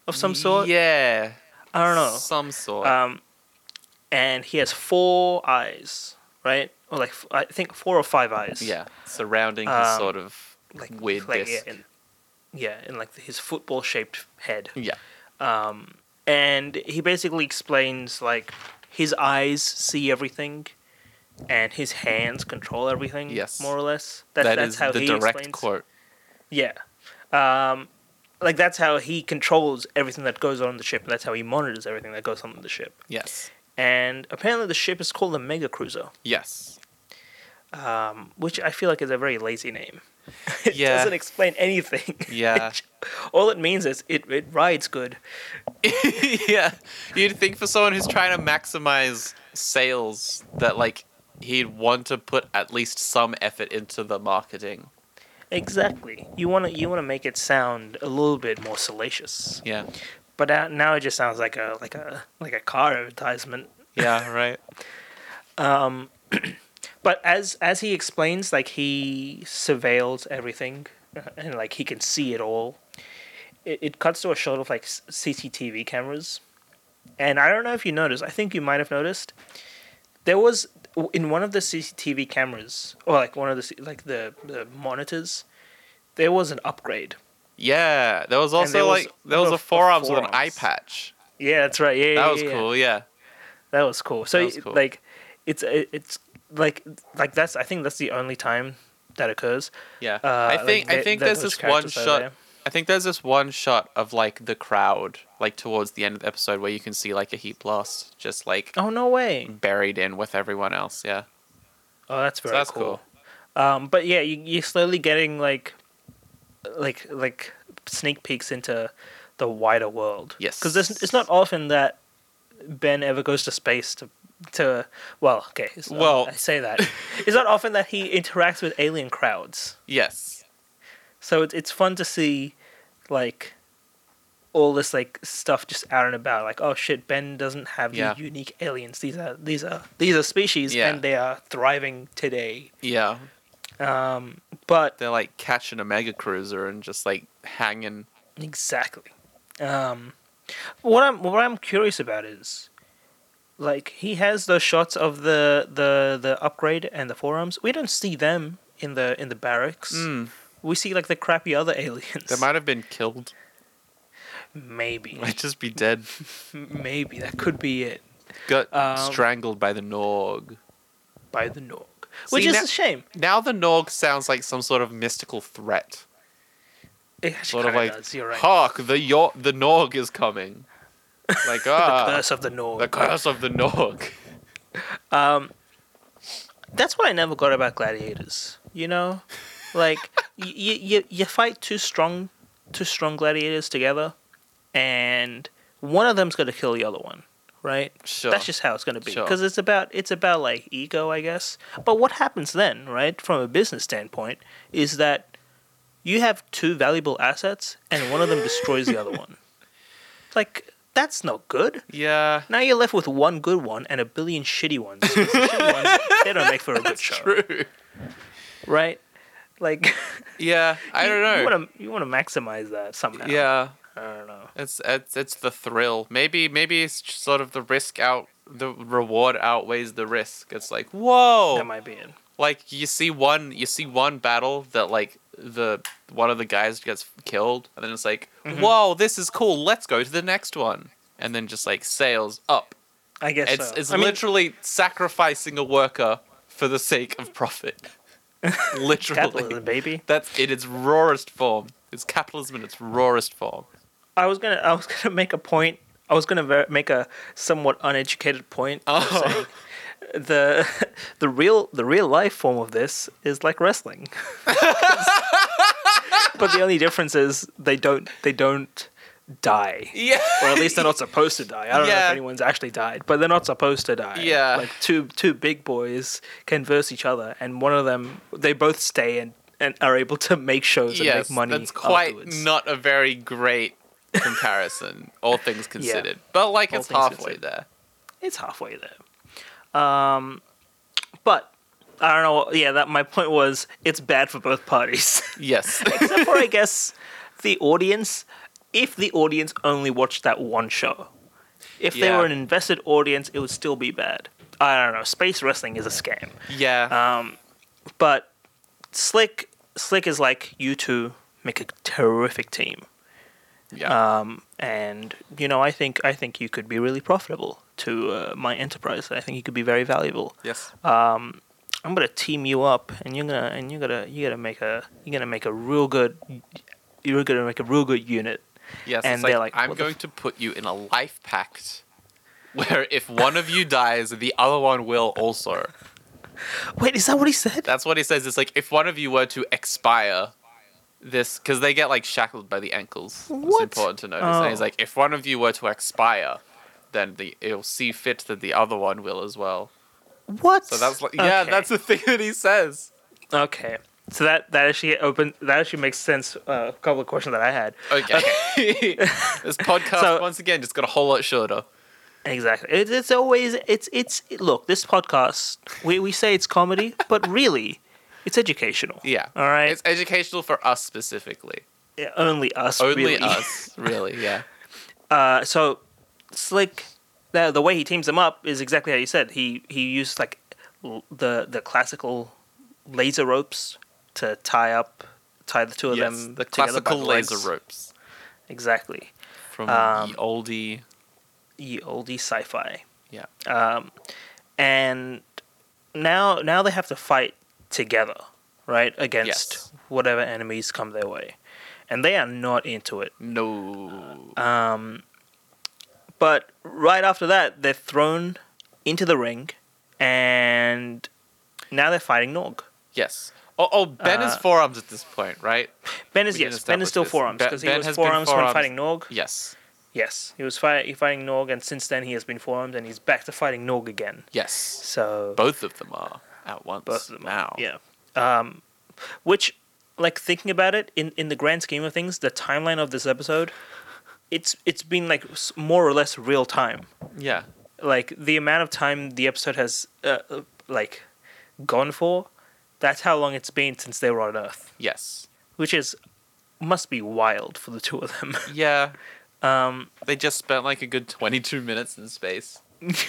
Speaker 1: of some sort.
Speaker 2: Yeah.
Speaker 1: I don't know.
Speaker 2: Some sort.
Speaker 1: Um, and he has four eyes, right? Or like f- I think four or five eyes.
Speaker 2: yeah. Surrounding his
Speaker 1: um,
Speaker 2: sort of
Speaker 1: like
Speaker 2: weird
Speaker 1: like,
Speaker 2: disc.
Speaker 1: Yeah, and, yeah, and like his football-shaped head.
Speaker 2: Yeah.
Speaker 1: Um, and he basically explains like his eyes see everything, and his hands control everything.
Speaker 2: Yes.
Speaker 1: more or less. That,
Speaker 2: That
Speaker 1: that's
Speaker 2: is
Speaker 1: how
Speaker 2: the
Speaker 1: he
Speaker 2: direct
Speaker 1: explains.
Speaker 2: quote.
Speaker 1: Yeah. Um, like that's how he controls everything that goes on the ship. That's how he monitors everything that goes on the ship.
Speaker 2: Yes.
Speaker 1: and apparently the ship is called the Mega Cruiser,
Speaker 2: Yes.
Speaker 1: um, which I feel like is a very lazy name. it
Speaker 2: Yeah.
Speaker 1: doesn't explain anything.
Speaker 2: Yeah.
Speaker 1: All it means is it, it rides good.
Speaker 2: yeah. You'd think for someone who's trying to maximize sales that like he'd want to put at least some effort into the marketing.
Speaker 1: Exactly. You want to you want to make it sound a little bit more salacious,
Speaker 2: Yeah.
Speaker 1: but uh, now it just sounds like a like a like a car advertisement.
Speaker 2: Yeah, right.
Speaker 1: Um, But as as he explains, like he surveils everything, uh, and like he can see it all. It, it cuts to a shot of like s- CCTV cameras, and I don't know if you noticed. I think you might have noticed. There was in one of the CCTV cameras, or like one of the C- like the, the monitors, there was an upgrade.
Speaker 2: Yeah. There was also
Speaker 1: there was
Speaker 2: like there was
Speaker 1: one
Speaker 2: a
Speaker 1: of the
Speaker 2: forearms, with an eye
Speaker 1: forearms.
Speaker 2: patch.
Speaker 1: Yeah, that's right. Yeah,
Speaker 2: That
Speaker 1: yeah,
Speaker 2: was
Speaker 1: yeah, yeah.
Speaker 2: cool, yeah.
Speaker 1: That was cool. So
Speaker 2: That was
Speaker 1: it-
Speaker 2: cool.
Speaker 1: like, it's it, it's like like that's I think that's the only time that occurs.
Speaker 2: Yeah.
Speaker 1: Uh,
Speaker 2: I
Speaker 1: like,
Speaker 2: think I
Speaker 1: the-
Speaker 2: think
Speaker 1: the-
Speaker 2: there's
Speaker 1: those
Speaker 2: this one
Speaker 1: characters are
Speaker 2: shot
Speaker 1: there.
Speaker 2: I think there's this one shot of like the crowd, like towards the end of the episode where you can see like a heat blast just like
Speaker 1: Oh no way!
Speaker 2: buried in with everyone else, yeah.
Speaker 1: Oh, that's very
Speaker 2: that's
Speaker 1: cool. Um, but yeah, you, you're slowly getting like, like, like sneak peeks into the wider world.
Speaker 2: Yes.
Speaker 1: because it's not often that Ben ever goes to space to to well, okay. It's not,
Speaker 2: Well-
Speaker 1: I say that it's not often that he interacts with alien crowds.
Speaker 2: Yes.
Speaker 1: So it's it's fun to see, like, all this like stuff just out and about. Like, oh shit, Ben doesn't have
Speaker 2: Yeah.
Speaker 1: the unique aliens. These are these are these are species,
Speaker 2: Yeah.
Speaker 1: and they are thriving today.
Speaker 2: Yeah.
Speaker 1: Um, but
Speaker 2: they're like catching a mega cruiser and just like hanging.
Speaker 1: exactly, um, what I'm what I'm curious about is, like, he has those shots of the the the upgrade and the forearms. We don't see them in the
Speaker 2: Mm. Hmm.
Speaker 1: in the barracks. We see like the crappy other aliens.
Speaker 2: They might have been killed.
Speaker 1: Maybe.
Speaker 2: Might just be dead.
Speaker 1: Maybe. That could be it.
Speaker 2: Got
Speaker 1: Um,
Speaker 2: strangled by the Norg.
Speaker 1: By the Norg. Which
Speaker 2: See,
Speaker 1: is
Speaker 2: now-
Speaker 1: a shame.
Speaker 2: Now the Norg sounds like some sort of mystical threat.
Speaker 1: It actually
Speaker 2: Sort of
Speaker 1: kinda
Speaker 2: like,
Speaker 1: does. You're right.
Speaker 2: hark, the Yor- the Norg is coming. Like, ah,
Speaker 1: the curse of the Norg.
Speaker 2: the curse of the Norg.
Speaker 1: Um, that's what I never got about gladiators. You know, like you you you fight two strong two strong gladiators together, and one of them's gonna kill the other one, right?
Speaker 2: Sure.
Speaker 1: That's just how it's gonna be
Speaker 2: Sure.
Speaker 1: because it's about it's about like ego, I guess. But what happens then, right? From a business standpoint, is that you have two valuable assets, and one of them destroys the other one. Like that's not good.
Speaker 2: yeah.
Speaker 1: Now you're left with one good one and a billion shitty ones. The shitty ones, they don't make for a good show,
Speaker 2: True.
Speaker 1: right? Like
Speaker 2: Yeah, I don't know.
Speaker 1: You want to you want to maximize that somehow.
Speaker 2: yeah,
Speaker 1: I don't know.
Speaker 2: it's it's it's the thrill. Maybe maybe it's just sort of the risk out the reward outweighs the risk. It's like whoa,
Speaker 1: That might be it.
Speaker 2: like you see one you see one battle that like the one of the guys gets killed, and then it's like
Speaker 1: Mm-hmm.
Speaker 2: whoa, this is cool. Let's go to the next one, and then just like sails up.
Speaker 1: I guess
Speaker 2: It's
Speaker 1: so.
Speaker 2: it's
Speaker 1: I mean,
Speaker 2: literally sacrificing a worker for the sake of profit. literally.
Speaker 1: capitalism, baby.
Speaker 2: That's in its rawest form. It's capitalism in its rawest form.
Speaker 1: I was gonna I was gonna make a point. I was gonna ver- make a somewhat uneducated point. of
Speaker 2: Oh.
Speaker 1: saying the the real the real life form of this is like wrestling. but the only difference is they don't they don't die.
Speaker 2: Yeah.
Speaker 1: or at least they're not supposed to die. I don't know
Speaker 2: Yeah.
Speaker 1: if anyone's actually died, but they're not supposed to die.
Speaker 2: Yeah.
Speaker 1: like two two big boys converse each other, and one of them they both stay and, and are able to make shows and
Speaker 2: yes,
Speaker 1: make money.
Speaker 2: that's quite
Speaker 1: afterwards.
Speaker 2: not a very great comparison, all things considered. But like
Speaker 1: All
Speaker 2: it's
Speaker 1: things
Speaker 2: halfway
Speaker 1: considered.
Speaker 2: there.
Speaker 1: It's halfway there, um, but I don't know. Yeah, that my point was it's bad for both parties,
Speaker 2: Yes.
Speaker 1: except for I guess the audience. If the audience only watched that one show, if they
Speaker 2: Yeah.
Speaker 1: were an invested audience, it would still be bad. I don't know. Space wrestling is a scam.
Speaker 2: yeah.
Speaker 1: Um, but Slick Slick is like you two make a terrific team.
Speaker 2: yeah.
Speaker 1: Um, and you know, I think I think you could be really profitable to uh, my enterprise. I think you could be very valuable.
Speaker 2: yes.
Speaker 1: uh, I'm gonna team you up, and you're gonna and you're gonna you're gonna make a you're gonna make a real good you're gonna make a real good unit.
Speaker 2: yes.
Speaker 1: and
Speaker 2: it's
Speaker 1: they're
Speaker 2: like,
Speaker 1: like,
Speaker 2: I'm
Speaker 1: what the
Speaker 2: going to put you in a life pact where if one of you dies, the other one will also.
Speaker 1: Wait, is that what he said?
Speaker 2: That's what he says. It's like if one of you were to expire, this because they get like shackled by the ankles. It's
Speaker 1: What?
Speaker 2: important to notice. And he's
Speaker 1: Oh.
Speaker 2: like, if one of you were to expire, then the it'll see fit that the other one will as well.
Speaker 1: What?
Speaker 2: So that's like, yeah,
Speaker 1: Okay.
Speaker 2: that's the thing that he says.
Speaker 1: okay. So that that actually open that actually makes sense. Uh, a couple of questions that I had.
Speaker 2: Okay, this podcast
Speaker 1: So-
Speaker 2: once again just got a whole lot shorter.
Speaker 1: Exactly. It's, it's always it's it's look this podcast we we say it's comedy, but really, it's educational.
Speaker 2: Yeah.
Speaker 1: All right.
Speaker 2: It's educational for us specifically.
Speaker 1: Yeah, only us.
Speaker 2: Only
Speaker 1: really.
Speaker 2: us, really. Yeah.
Speaker 1: Uh, so Slick, the the way he teams them up is exactly how you said. He he used like l- the the classical laser ropes to tie up tie the two of
Speaker 2: Yes,
Speaker 1: them
Speaker 2: the
Speaker 1: together by
Speaker 2: classical
Speaker 1: the legs.
Speaker 2: laser ropes
Speaker 1: Exactly.
Speaker 2: from
Speaker 1: Um,
Speaker 2: the oldie.
Speaker 1: Ye oldie sci-fi.
Speaker 2: Yeah.
Speaker 1: um, and now now they have to fight together, right, against
Speaker 2: Yes.
Speaker 1: whatever enemies come their way, and they are not into it.
Speaker 2: No.
Speaker 1: Um, but right after that, they're thrown into the ring, and now they're fighting Nog.
Speaker 2: Yes. Oh, oh Ben is
Speaker 1: Uh,
Speaker 2: forearms at this point, right?
Speaker 1: Ben is
Speaker 2: We can
Speaker 1: yes, Ben
Speaker 2: establish
Speaker 1: is still
Speaker 2: this.
Speaker 1: forearms
Speaker 2: Ben-
Speaker 1: because
Speaker 2: Ben
Speaker 1: he was
Speaker 2: has been
Speaker 1: forearms,
Speaker 2: forearms.
Speaker 1: when fighting Nog.
Speaker 2: Yes.
Speaker 1: Yes, he was fi- fighting Nog, and since then he has been forearms, and he's back to fighting Nog again.
Speaker 2: Yes.
Speaker 1: So
Speaker 2: Both of them are at once.
Speaker 1: both of them
Speaker 2: now.
Speaker 1: are. Yeah. Um, which, like thinking about it in in the grand scheme of things, the timeline of this episode, it's it's been like s- more or less real time.
Speaker 2: Yeah.
Speaker 1: Like the amount of time the episode has uh, uh, like gone for, that's how long it's been since they were on Earth,
Speaker 2: Yes.
Speaker 1: which is must be wild for the two of them.
Speaker 2: Yeah.
Speaker 1: Um,
Speaker 2: They just spent like a good 22 minutes in space.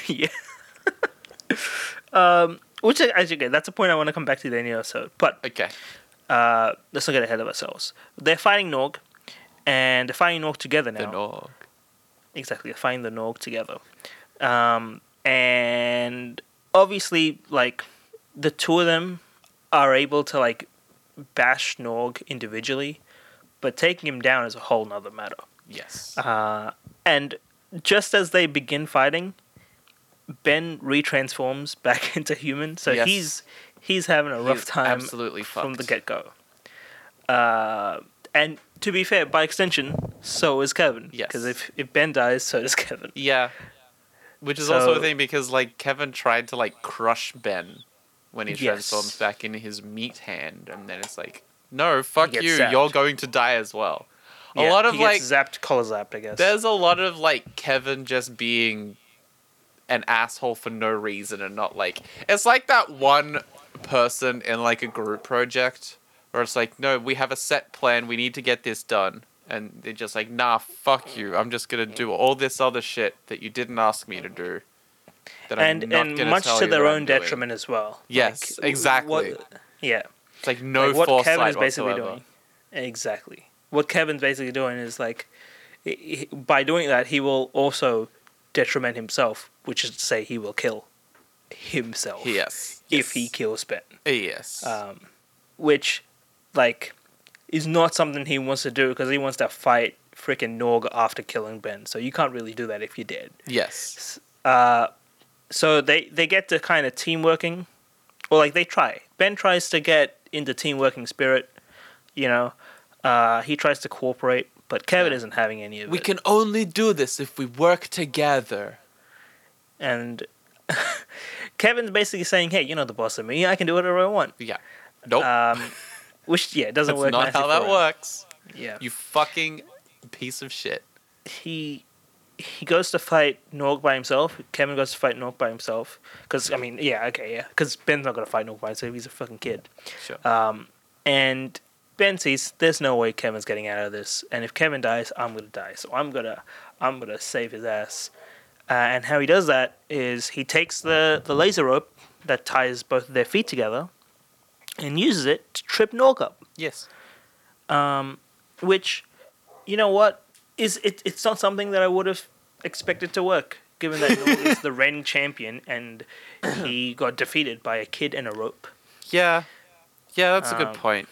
Speaker 1: yeah. um, which as you get, that's a point I want to come back to in the end of the episode, but.
Speaker 2: Okay.
Speaker 1: uh, let's not get ahead of ourselves. They're fighting Nog, and they're fighting Orc together now.
Speaker 2: The Nog.
Speaker 1: Exactly, they're fighting the Norg together. Um, and obviously, like, the two of them are able to, like, bash Norg individually, but taking him down is a whole nother matter.
Speaker 2: Yes.
Speaker 1: Uh, and just as they begin fighting, Ben retransforms back into human, so
Speaker 2: Yes.
Speaker 1: he's he's having a rough
Speaker 2: He's
Speaker 1: time
Speaker 2: absolutely
Speaker 1: from the
Speaker 2: fucked.
Speaker 1: get go. Uh, and to be fair, by extension, so is Kevin.
Speaker 2: Yes.
Speaker 1: Because if, if Ben dies, so does Kevin.
Speaker 2: Yeah. Which is also a
Speaker 1: So-
Speaker 2: thing because like Kevin tried to like crush Ben when he
Speaker 1: Yes.
Speaker 2: transforms back into his meat hand and then it's like, No, fuck
Speaker 1: gets
Speaker 2: you,
Speaker 1: zapped.
Speaker 2: you're going to die as well. a
Speaker 1: Yeah,
Speaker 2: lot
Speaker 1: he
Speaker 2: of like
Speaker 1: gets zapped, collar zapped, I guess.
Speaker 2: there's a lot of like Kevin just being an asshole for no reason and not like it's like that one person in like a group project where it's like, No, we have a set plan, we need to get this done and they're just like, nah, fuck you. I'm just gonna do all this other shit that you didn't ask me to do. That
Speaker 1: and
Speaker 2: I'm not
Speaker 1: and
Speaker 2: gonna
Speaker 1: much
Speaker 2: tell
Speaker 1: to
Speaker 2: you
Speaker 1: their
Speaker 2: what I'm
Speaker 1: own
Speaker 2: doing."
Speaker 1: detriment as well.
Speaker 2: Yes,
Speaker 1: Like,
Speaker 2: exactly.
Speaker 1: what- yeah.
Speaker 2: It's like no
Speaker 1: like what
Speaker 2: foresight
Speaker 1: Kevin is basically
Speaker 2: whatsoever.
Speaker 1: doing. Exactly. What Kevin's basically doing is like, i- i- by doing that, he will also detriment himself, which is to say, he will kill himself
Speaker 2: Yes.
Speaker 1: if he
Speaker 2: yes.
Speaker 1: kills Ben,
Speaker 2: Yes.
Speaker 1: um, which, like, is not something he wants to do because he wants to fight freaking Norg after killing Ben. So you can't really do that if you're dead.
Speaker 2: yes.
Speaker 1: Uh, so they they get to kind of team working, or like they try. Ben tries to get into team working spirit, you know. Uh, he tries to cooperate, but Kevin
Speaker 2: Yeah.
Speaker 1: isn't having any of
Speaker 2: We
Speaker 1: it.
Speaker 2: can only do this if we work together.
Speaker 1: and Kevin's basically saying, "Hey, you're not the boss of me. I can do whatever I want."
Speaker 2: Yeah. Nope.
Speaker 1: Um, which yeah, it doesn't
Speaker 2: That's
Speaker 1: work.
Speaker 2: not
Speaker 1: nicely
Speaker 2: how that
Speaker 1: for him.
Speaker 2: works.
Speaker 1: Yeah,
Speaker 2: You fucking piece of shit.
Speaker 1: he he goes to fight Norg by himself. Kevin goes to fight Norg by himself. Because I mean, yeah, okay, yeah. Because Ben's not gonna fight Norg by himself. He's a fucking kid.
Speaker 2: Sure.
Speaker 1: Um, and Ben sees there's no way Kevin's getting out of this, and if Kevin dies, I'm gonna die. So I'm gonna I'm gonna save his ass. Uh, and how he does that is he takes the the laser rope that ties both of their feet together, and uses it to trip Norg up.
Speaker 2: yes.
Speaker 1: Um, which, you know what, is it? It's not something that I would have expected to work, given that Norg is the reigning champion and he got defeated by a kid and a rope.
Speaker 2: Yeah. Yeah, that's a
Speaker 1: Um,
Speaker 2: good point.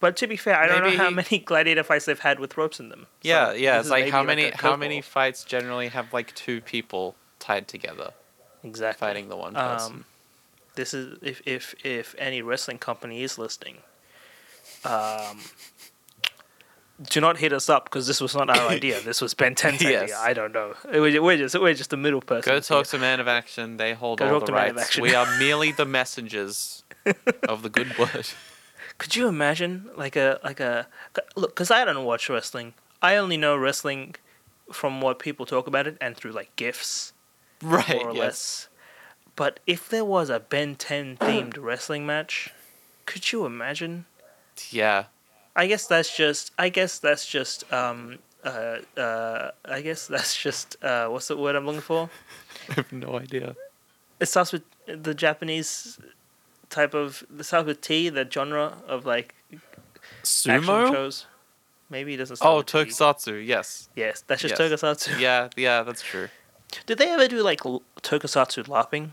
Speaker 1: But to be fair, I don't know
Speaker 2: Maybe
Speaker 1: how
Speaker 2: he-
Speaker 1: many gladiator fights they've had with ropes in them. So
Speaker 2: Yeah, yeah.
Speaker 1: this
Speaker 2: It's
Speaker 1: is
Speaker 2: like
Speaker 1: maybe
Speaker 2: how many
Speaker 1: a
Speaker 2: how
Speaker 1: curveball.
Speaker 2: many fights generally have like two people tied together
Speaker 1: exactly
Speaker 2: fighting the one person.
Speaker 1: Um, this is if if if any wrestling company is listening. Um, do not hit us up because this was not our idea. This was Ben 10's
Speaker 2: Yes.
Speaker 1: idea. I don't know. We're we're just we're just the middle person.
Speaker 2: Go
Speaker 1: here.
Speaker 2: talk to Man of Action. They hold
Speaker 1: Go
Speaker 2: all
Speaker 1: talk
Speaker 2: the
Speaker 1: to Man of
Speaker 2: rights.
Speaker 1: Action.
Speaker 2: We are merely the messengers of the good word.
Speaker 1: Could you imagine like a like a c- look? Because I don't watch wrestling. I only know wrestling from what people talk about it and through like gifs.
Speaker 2: Right.
Speaker 1: more or
Speaker 2: yes.
Speaker 1: less. But if there was a Ben 10 themed wrestling match, could you imagine?
Speaker 2: Yeah.
Speaker 1: I guess that's just. I guess that's just. Um, uh, uh, I guess that's just. Uh, what's the word I'm looking for?
Speaker 2: I have no idea.
Speaker 1: It starts with the Japanese type of. It starts with T. The genre of like action
Speaker 2: Sumo?
Speaker 1: shows. Maybe it doesn't. Start
Speaker 2: Oh,
Speaker 1: with T.
Speaker 2: Tokusatsu. Yes.
Speaker 1: Yes, that's just
Speaker 2: Yes.
Speaker 1: tokusatsu.
Speaker 2: Yeah. Yeah. That's true.
Speaker 1: Did they ever do like l- tokusatsu LARPing?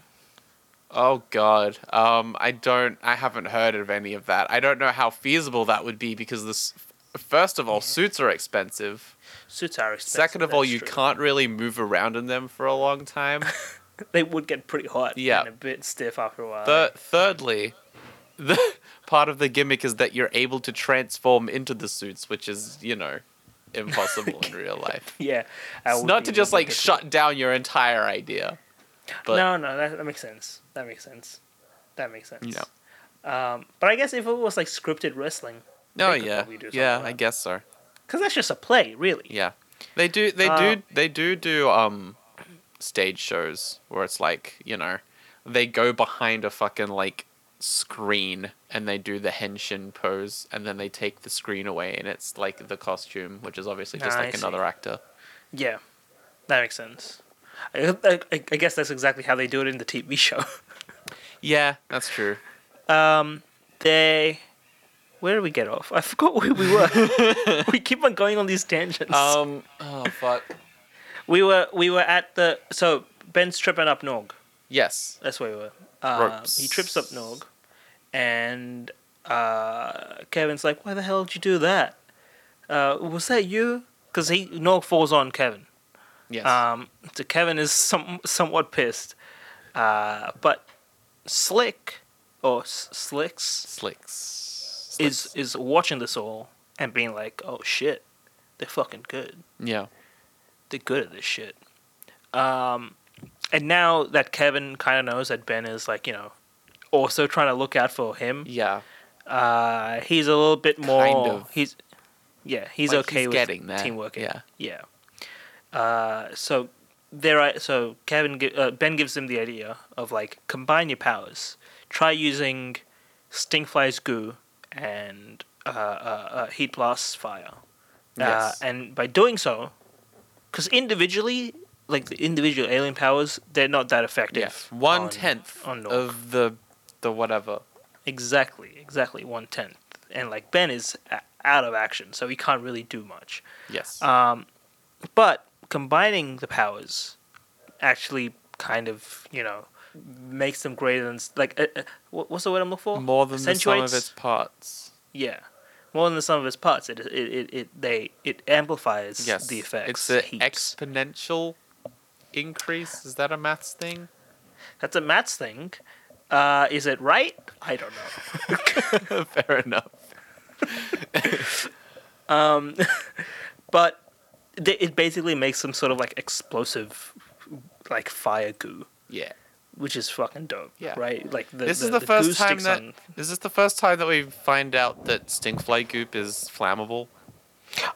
Speaker 2: Oh God, um, I don't. I haven't heard of any of that. I don't know how feasible that would be because this. First of all, suits are expensive.
Speaker 1: Suits are expensive.
Speaker 2: Second of all,
Speaker 1: that's
Speaker 2: you
Speaker 1: true.
Speaker 2: can't really move around in them for a long time.
Speaker 1: They would get pretty hot.
Speaker 2: Yeah.
Speaker 1: And a bit stiff after a while.
Speaker 2: Thir- thirdly, the part of the gimmick is that you're able to transform into the suits, which is you know impossible in real life.
Speaker 1: Yeah, that
Speaker 2: It's
Speaker 1: would
Speaker 2: not
Speaker 1: be
Speaker 2: to just
Speaker 1: really
Speaker 2: like
Speaker 1: difficult.
Speaker 2: shut down your entire idea. But
Speaker 1: no, no, that, that makes sense. That makes sense. That makes sense.
Speaker 2: You know.
Speaker 1: Um, but I guess if it was like scripted wrestling,
Speaker 2: no,
Speaker 1: they could
Speaker 2: Oh, yeah,
Speaker 1: probably do something
Speaker 2: yeah,
Speaker 1: like
Speaker 2: I
Speaker 1: that.
Speaker 2: guess so.
Speaker 1: because that's just a play, really.
Speaker 2: Yeah, they do. They
Speaker 1: Uh,
Speaker 2: do. They do do um, stage shows where it's like you know, they go behind a fucking like screen and they do the henshin pose and then they take the screen away and it's like the costume, which is obviously just
Speaker 1: Ah,
Speaker 2: like
Speaker 1: I see.
Speaker 2: another actor.
Speaker 1: Yeah, that makes sense. I, I, I guess that's exactly how they do it in the TV show.
Speaker 2: Yeah, that's true.
Speaker 1: Um, they Where did we get off? I forgot where we were. we keep on going on these tangents.
Speaker 2: Um. Oh fuck.
Speaker 1: we were we were at the so Ben's tripping up Nog.
Speaker 2: Yes.
Speaker 1: That's where we were. Uh,
Speaker 2: Ropes.
Speaker 1: He trips up Nog, and uh, Kevin's like, "Why the hell did you do that? Uh, was that you?" Because he Nog falls on Kevin.
Speaker 2: Yes.
Speaker 1: Um, so Kevin is some somewhat pissed, uh, but Slick or S- Slicks
Speaker 2: Slicks.
Speaker 1: is is watching this all and being like, "Oh shit, they're fucking good.
Speaker 2: yeah.
Speaker 1: They're good at this shit." Um, and now that Kevin kind of knows that Ben is like, you know, also trying to look out for him,
Speaker 2: Yeah.
Speaker 1: uh, he's a little bit more.
Speaker 2: of.
Speaker 1: He's yeah, he's
Speaker 2: Like,
Speaker 1: okay
Speaker 2: he's
Speaker 1: with
Speaker 2: getting there.
Speaker 1: teamwork.
Speaker 2: Yeah.
Speaker 1: yeah. Uh, so there, are, so Kevin, gi- uh, Ben gives him the idea of like combine your powers. Try using Stingfly's goo and uh, uh, uh, Heat Blast's fire.
Speaker 2: Yes.
Speaker 1: Uh, and by doing so, because individually, like the individual alien powers, they're not that effective.
Speaker 2: Yeah. One
Speaker 1: on-
Speaker 2: tenth
Speaker 1: on Nork.
Speaker 2: of the the whatever.
Speaker 1: Exactly, exactly one tenth. And like Ben is a- out of action, so he can't really do much. Um,
Speaker 2: Yes.
Speaker 1: Uh, But combining the powers actually kind of you know makes them greater than s- like uh, uh, what- what's the word I'm looking for?
Speaker 2: More than the sum of
Speaker 1: Accentuates?
Speaker 2: its parts.
Speaker 1: Yeah, more than the sum of its parts. It it it, it they it amplifies
Speaker 2: Yes.
Speaker 1: the
Speaker 2: It's
Speaker 1: effects.
Speaker 2: an
Speaker 1: heaps.
Speaker 2: exponential increase. Is that a maths thing?
Speaker 1: That's a Matt's thing. Uh, is it right? I don't know.
Speaker 2: Fair enough.
Speaker 1: Um, but th- it basically makes some sort of like explosive like fire goo
Speaker 2: Yeah.
Speaker 1: which is fucking dope
Speaker 2: Yeah.
Speaker 1: right like the,
Speaker 2: this
Speaker 1: the,
Speaker 2: is the,
Speaker 1: goo
Speaker 2: first time
Speaker 1: sticks
Speaker 2: that
Speaker 1: on-
Speaker 2: is this the first time that we find out that stinkfly goop is flammable?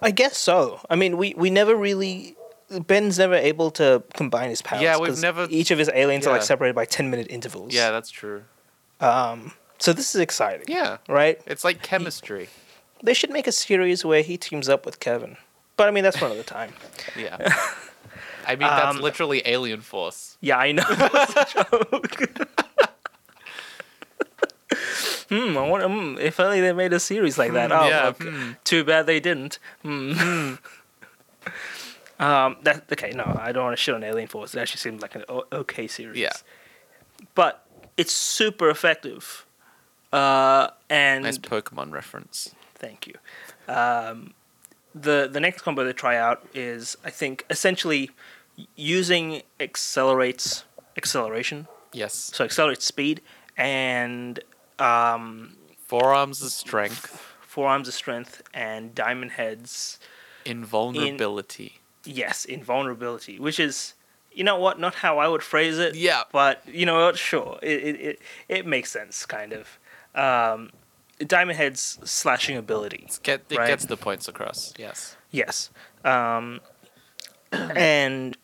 Speaker 1: i guess so i mean we we never really ben's never able to combine his powers
Speaker 2: Yeah, we've
Speaker 1: 'cause
Speaker 2: never-
Speaker 1: each of his aliens are like
Speaker 2: yeah.
Speaker 1: separated by 10 minute intervals Um,
Speaker 2: Yeah, that's true.
Speaker 1: so this is exciting
Speaker 2: Yeah.
Speaker 1: right
Speaker 2: It's like chemistry.
Speaker 1: they should make a series where he teams up with kevin but i mean that's for another time
Speaker 2: Yeah. I mean that's
Speaker 1: Um,
Speaker 2: literally alien force.
Speaker 1: Yeah, I know. It's a joke. hmm. I wonder. Hmm, if only they made a series like that.
Speaker 2: Hmm,
Speaker 1: oh,
Speaker 2: yeah,
Speaker 1: yeah. Too bad they didn't. Hmm. um. That. Okay. No, I don't want to shit on Alien Force. It actually seemed like an o- okay series.
Speaker 2: Yeah.
Speaker 1: But it's super effective. Uh. And
Speaker 2: Nice Pokemon reference.
Speaker 1: Thank you. Um, the the next combo they try out is I think essentially y- using accelerates acceleration,
Speaker 2: Yes.
Speaker 1: so accelerates speed and um,
Speaker 2: Forearms is strength.
Speaker 1: forearms of strength and diamond heads.
Speaker 2: Invulnerability.
Speaker 1: Yes, invulnerability, which is you know what, not how I would phrase it.
Speaker 2: Yeah.
Speaker 1: but you know what, sure, it it it, it makes sense, kind of. Um, diamond heads slashing ability.
Speaker 2: It's get, it
Speaker 1: Right.
Speaker 2: gets the points across. Yes.
Speaker 1: Yes. Um, and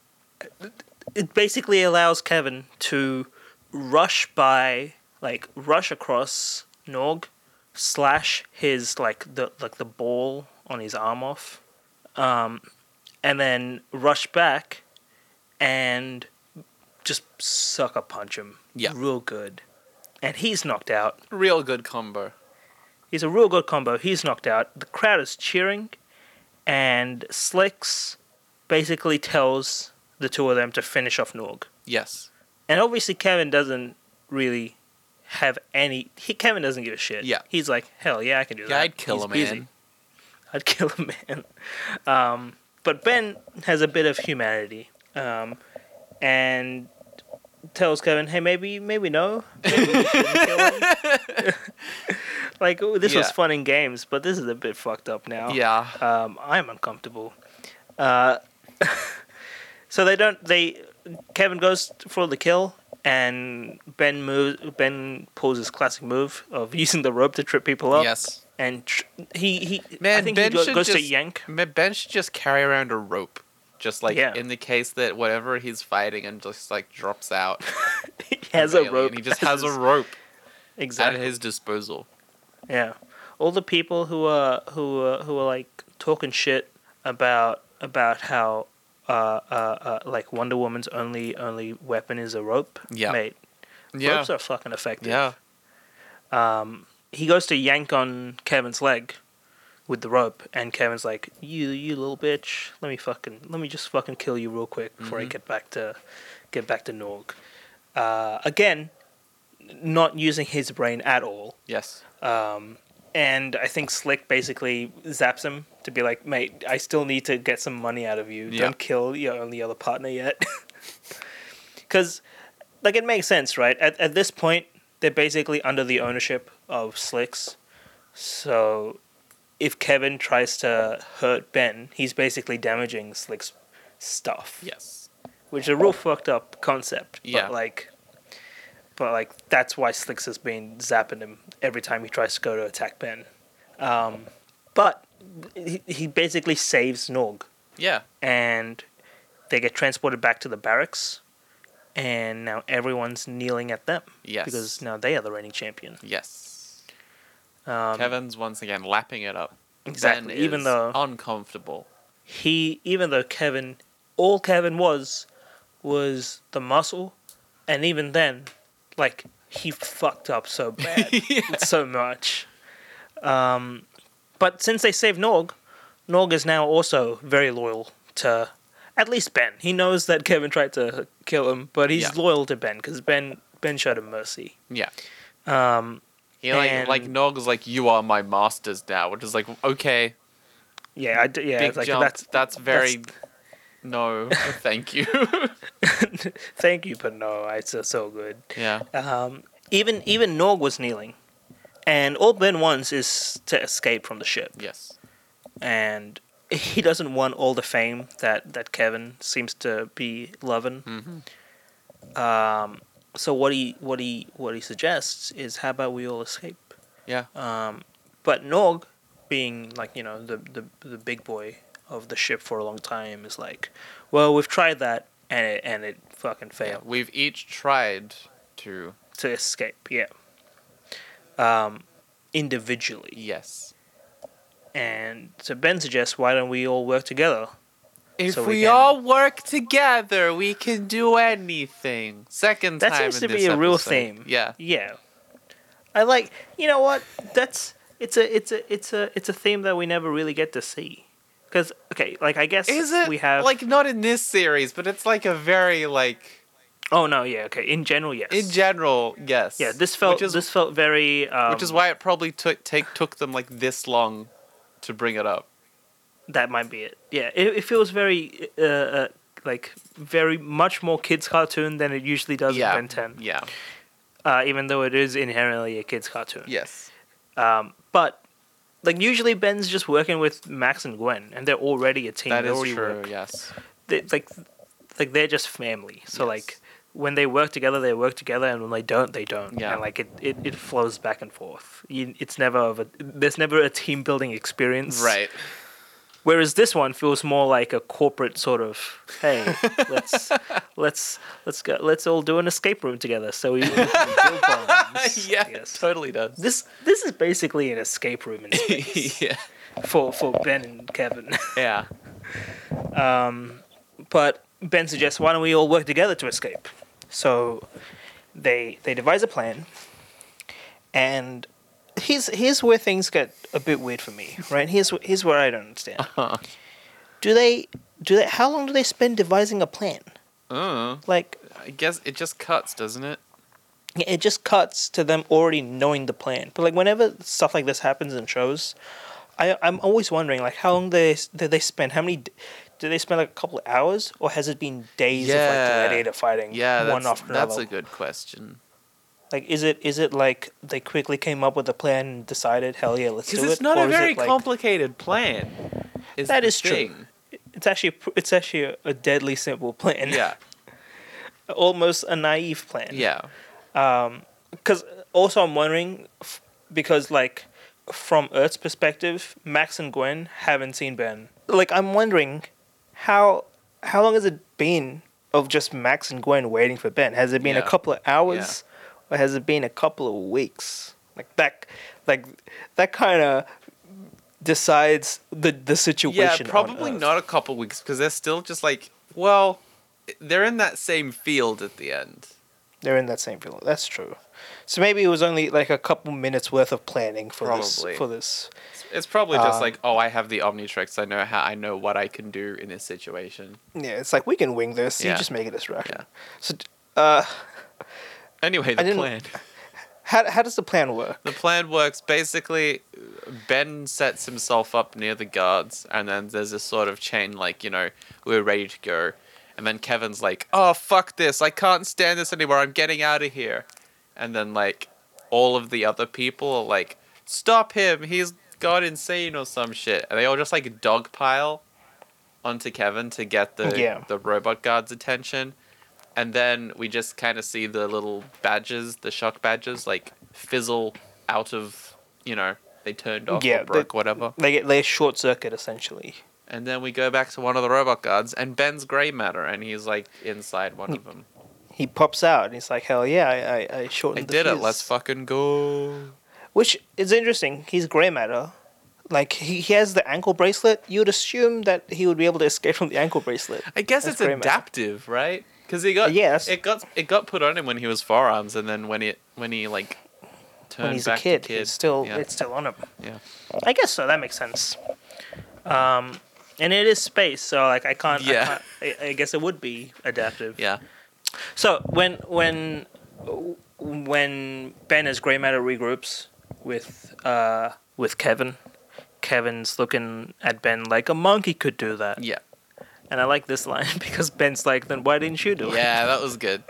Speaker 1: it basically allows Kevin to rush by, like rush across Norg, slash his like the like the ball on his arm off, um, and then rush back, and just sucker punch him.
Speaker 2: Yeah.
Speaker 1: Real good, and he's knocked out.
Speaker 2: Real good combo.
Speaker 1: He's a real good combo. He's knocked out. The crowd is cheering, and Slicks basically tells the two of them to finish off Norg.
Speaker 2: Yes.
Speaker 1: And obviously, Kevin doesn't really have any. He, Kevin doesn't give a shit.
Speaker 2: Yeah.
Speaker 1: He's like, hell yeah, I can do that.
Speaker 2: Yeah, I'd kill
Speaker 1: He's
Speaker 2: a man.
Speaker 1: busy. I'd kill a man. Um, but Ben has a bit of humanity um, and tells Kevin, "Hey, maybe, maybe no. Maybe we shouldn't kill him." like ooh, this was
Speaker 2: Yeah.
Speaker 1: fun in games, but this is a bit fucked up now.
Speaker 2: Yeah.
Speaker 1: um, I'm uncomfortable." Uh, so they don't. They Kevin goes for the kill. And Ben moves. Ben pulls his classic move of using the rope to trip people up
Speaker 2: Yes.
Speaker 1: and tr- he he I
Speaker 2: Man,
Speaker 1: think
Speaker 2: Ben
Speaker 1: he go-
Speaker 2: should
Speaker 1: goes to
Speaker 2: just-
Speaker 1: yank.
Speaker 2: Ma- Ben should just carry around a rope, just like
Speaker 1: Yeah.
Speaker 2: in the case that whatever he's fighting and just like drops out.
Speaker 1: He has
Speaker 2: an
Speaker 1: a
Speaker 2: alien,
Speaker 1: rope.
Speaker 2: He just
Speaker 1: as
Speaker 2: has a
Speaker 1: his-
Speaker 2: rope
Speaker 1: exactly.
Speaker 2: at his disposal.
Speaker 1: Yeah, all the people who are who are, who are like talking shit about about how uh, uh, uh like Wonder Woman's only only weapon is a rope.
Speaker 2: Yeah.
Speaker 1: mate.
Speaker 2: Yeah.
Speaker 1: Ropes are fucking effective.
Speaker 2: Yeah.
Speaker 1: he goes to yank on Kevin's leg with the rope, and Kevin's like, "You, you little bitch, let me fucking, let me just fucking kill you real quick before I get back to, get back to Norg." Uh, again, not using his brain at all,
Speaker 2: Yes.
Speaker 1: and I think Slick basically zaps him to be like, "Mate, I still need to get some money out of you.
Speaker 2: Yeah.
Speaker 1: Don't kill your only other partner yet." Because, like, it makes sense, right? At at this point, they're basically under the ownership of Slicks, so if Kevin tries to hurt Ben, he's basically damaging Slick's stuff
Speaker 2: Yes.
Speaker 1: which is a real fucked up concept.
Speaker 2: Oh. Yeah.
Speaker 1: But like, but like that's why Slicks has been zapping him every time he tries to go to attack Ben. Um, but he, he basically saves Norg,
Speaker 2: Yeah.
Speaker 1: and they get transported back to the barracks, and now everyone's kneeling at them.
Speaker 2: Yes.
Speaker 1: Because now they are the reigning champion.
Speaker 2: Yes.
Speaker 1: Um,
Speaker 2: Kevin's once again lapping it up.
Speaker 1: Exactly,
Speaker 2: Ben
Speaker 1: even
Speaker 2: is
Speaker 1: though-
Speaker 2: uncomfortable.
Speaker 1: he even though Kevin all Kevin was was the muscle and even then like he fucked up so bad so much um but since they saved Norg Norg is now also very loyal to at least Ben he knows that Kevin tried to kill him but he's
Speaker 2: Yeah.
Speaker 1: loyal to Ben cuz Ben Ben showed him mercy
Speaker 2: Yeah.
Speaker 1: um
Speaker 2: He like
Speaker 1: And-
Speaker 2: like Nog's like you are my masters now, which is like okay,
Speaker 1: yeah I d- yeah
Speaker 2: big
Speaker 1: like
Speaker 2: jump. That's,
Speaker 1: that's
Speaker 2: very no, thank you.
Speaker 1: thank you but no it's uh, so good
Speaker 2: yeah.
Speaker 1: Um, even even Norg was kneeling, and all Ben wants is to escape from the ship,
Speaker 2: Yes.
Speaker 1: and he doesn't want all the fame that that Kevin seems to be loving.
Speaker 2: Mm-hmm.
Speaker 1: Um, so what he what he what he suggests is, how about we all escape?
Speaker 2: Yeah.
Speaker 1: Um, but Norg, being like you know the, the the big boy of the ship for a long time, is like, well, we've tried that and it, and it fucking
Speaker 2: yeah.
Speaker 1: failed
Speaker 2: We've each tried to
Speaker 1: to escape. Yeah. Um, individually,
Speaker 2: yes.
Speaker 1: and so Ben suggests, why don't we all work together?
Speaker 2: If
Speaker 1: So
Speaker 2: we,
Speaker 1: we can-
Speaker 2: all work together, we can do anything. Second
Speaker 1: That
Speaker 2: time
Speaker 1: seems
Speaker 2: in
Speaker 1: to be
Speaker 2: this
Speaker 1: a real
Speaker 2: episode.
Speaker 1: theme.
Speaker 2: Yeah.
Speaker 1: Yeah. I like. You know what? That's it's a it's a it's a it's a theme that we never really get to see. Because okay, like I guess
Speaker 2: Is it
Speaker 1: we have
Speaker 2: like not in this series, but it's like a very like
Speaker 1: oh no yeah okay in general yes
Speaker 2: in general, yes.
Speaker 1: yeah this felt
Speaker 2: which is,
Speaker 1: this felt very um,
Speaker 2: which is why it probably took take took them like this long to bring it up.
Speaker 1: that might be it yeah it, it feels very uh, uh, like very much more kids cartoon than it usually does
Speaker 2: yeah.
Speaker 1: in Ben Ten
Speaker 2: Yeah.
Speaker 1: uh, even though it is inherently a kids' cartoon.
Speaker 2: Yes.
Speaker 1: Um, but like usually Ben's just working with Max and Gwen, and they're already a team.
Speaker 2: That
Speaker 1: they
Speaker 2: is
Speaker 1: already
Speaker 2: true.
Speaker 1: work.
Speaker 2: Yes.
Speaker 1: They, like, like they're just family. So
Speaker 2: Yes.
Speaker 1: like when they work together, they work together, and when they don't, they don't.
Speaker 2: Yeah.
Speaker 1: And like it, it, it flows back and forth. You, it's never of a, there's never a team building experience.
Speaker 2: Right.
Speaker 1: Whereas this one feels more like a corporate sort of, hey, let's let's let's go, let's all do an escape room together. So we, we build bonds.
Speaker 2: yeah.
Speaker 1: Yes.
Speaker 2: Totally does.
Speaker 1: This this is basically an escape room in space
Speaker 2: yeah.
Speaker 1: for for Ben and Kevin.
Speaker 2: Yeah.
Speaker 1: But Ben suggests why don't we all work together to escape? So they they devise a plan. And here's here's where things get a bit weird for me, right? Here's wh- here's where I don't understand. Do they do they how long do they spend devising a plan?
Speaker 2: Uh,
Speaker 1: Like
Speaker 2: I guess it just cuts, doesn't it?
Speaker 1: it just cuts to them already knowing the plan. But like whenever stuff like this happens in shows, I I'm always wondering like how long they did they spend? How many? d- Did they spend like a couple of hours, or has it been days of like
Speaker 2: Yeah.
Speaker 1: gladiator fighting?
Speaker 2: Yeah, that's,
Speaker 1: one after
Speaker 2: that's
Speaker 1: another.
Speaker 2: a good question.
Speaker 1: Like is it is it like they quickly came up with a plan and decided hell yeah let's do
Speaker 2: Because
Speaker 1: it?
Speaker 2: it's not a
Speaker 1: Or is it,
Speaker 2: very
Speaker 1: like-
Speaker 2: complicated plan. Is
Speaker 1: That
Speaker 2: the
Speaker 1: is true.
Speaker 2: thing.
Speaker 1: It's actually pr- it's actually a, a deadly simple plan.
Speaker 2: Yeah,
Speaker 1: almost a naive plan.
Speaker 2: yeah,
Speaker 1: because also I'm wondering f- because like from Earth's perspective, Max and Gwen haven't seen Ben. Like I'm wondering how how long has it been of just Max and Gwen waiting for Ben? Has it been
Speaker 2: Yeah.
Speaker 1: a couple of hours, or has it been a couple of weeks? Like that, like that kind of decides the the situation.
Speaker 2: yeah.
Speaker 1: on
Speaker 2: Probably
Speaker 1: Earth.
Speaker 2: not a couple weeks because they're still just like, well, they're in that same field at the end.
Speaker 1: They're in that same villa. That's true. So maybe it was only like a couple minutes worth of planning for
Speaker 2: Probably.
Speaker 1: this. For this,
Speaker 2: It's probably just
Speaker 1: Um,
Speaker 2: like, oh, I have the Omnitrix. I know how. I know what I can do in this situation.
Speaker 1: yeah, it's like we can wing this.
Speaker 2: Yeah.
Speaker 1: You just make a distraction.
Speaker 2: Yeah.
Speaker 1: So, uh,
Speaker 2: Anyway, the
Speaker 1: didn't-
Speaker 2: plan.
Speaker 1: how how does the plan work?
Speaker 2: The plan works. Basically, Ben sets himself up near the guards, and then there's this sort of chain, like, you know, we're ready to go. And then Kevin's like, oh, fuck this. I can't stand this anymore. I'm getting out of here. And then, like, all of the other people are like, stop him. He's gone insane or some shit. And they all just, like, dogpile onto Kevin to get the,
Speaker 1: Yeah.
Speaker 2: the robot guard's attention. And then we just kind of see the little badges, the shock badges, like fizzle out of, you know, they turned off
Speaker 1: Yeah,
Speaker 2: or
Speaker 1: they-
Speaker 2: broke, whatever.
Speaker 1: They get they short circuit essentially.
Speaker 2: And then we go back to one of the robot guards, and Ben's grey matter, and he's like inside one of them.
Speaker 1: He pops out and he's like, "Hell yeah, I I, I
Speaker 2: I
Speaker 1: shortened." the
Speaker 2: did it.
Speaker 1: fuse."
Speaker 2: Let's fucking go.
Speaker 1: Which is interesting. He's grey matter. Like he, he has the ankle bracelet. You'd assume that he would be able to escape from the ankle bracelet.
Speaker 2: I guess
Speaker 1: That's
Speaker 2: it's
Speaker 1: grey matter.
Speaker 2: adaptive, right? Because he got
Speaker 1: Yes.
Speaker 2: it got it got put on him when he was forearms, and then when it when he like turned
Speaker 1: When he's a
Speaker 2: back to
Speaker 1: kid, it's still
Speaker 2: yeah,
Speaker 1: it's still on him.
Speaker 2: yeah.
Speaker 1: I guess so. That makes sense. Um, and it is space, so like I can't.
Speaker 2: Yeah.
Speaker 1: Yeah. I, can't, I, I guess it would be adaptive.
Speaker 2: yeah.
Speaker 1: So when when when Ben as Grey Matter regroups with uh with Kevin, Kevin's looking at Ben like a monkey could do that.
Speaker 2: yeah.
Speaker 1: And I like this line because Ben's like, then why didn't you do it?
Speaker 2: Yeah, that was good.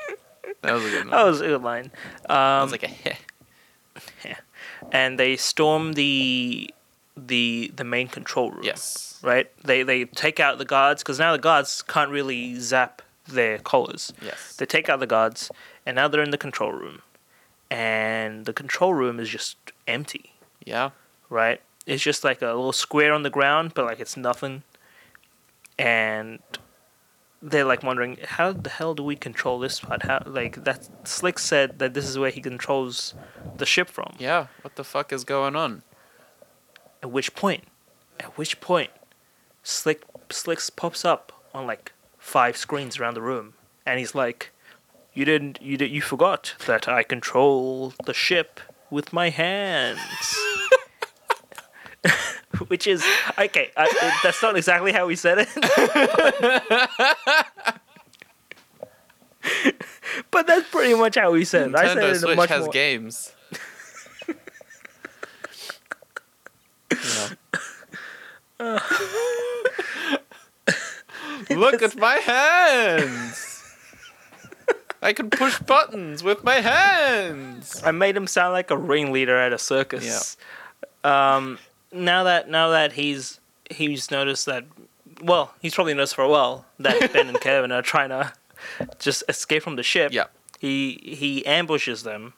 Speaker 2: That was a good one.
Speaker 1: That was a good line.
Speaker 2: That
Speaker 1: Um,
Speaker 2: was like a heh.
Speaker 1: and they storm the the the main control room.
Speaker 2: Yes.
Speaker 1: Right. They they take out the guards because now the guards can't really zap their collars.
Speaker 2: Yes.
Speaker 1: They take out the guards, and now they're in the control room, and the control room is just empty.
Speaker 2: yeah.
Speaker 1: Right. It's just like a little square on the ground, but like it's nothing. And they're like wondering how the hell do we control this part? How like that Slick said that this is where he controls the ship from.
Speaker 2: Yeah. What the fuck is going on?
Speaker 1: At which point, at which point, Slick Slicks pops up on like five screens around the room, and he's like, "You didn't, you did, you forgot that I control the ship with my hands." Which is okay. I, it- that's not exactly how he said it, but that's pretty much how he said it. I said
Speaker 2: Nintendo
Speaker 1: it in a
Speaker 2: Switch
Speaker 1: much
Speaker 2: has
Speaker 1: more
Speaker 2: games. Yeah. Look at my hands. I can push buttons with my hands.
Speaker 1: I made him sound like a ringleader at a circus. Um, now that now that he's he's noticed that, well, he's probably noticed for a while that Ben and Kevin are trying to just escape from the ship.
Speaker 2: Yeah.
Speaker 1: He he ambushes them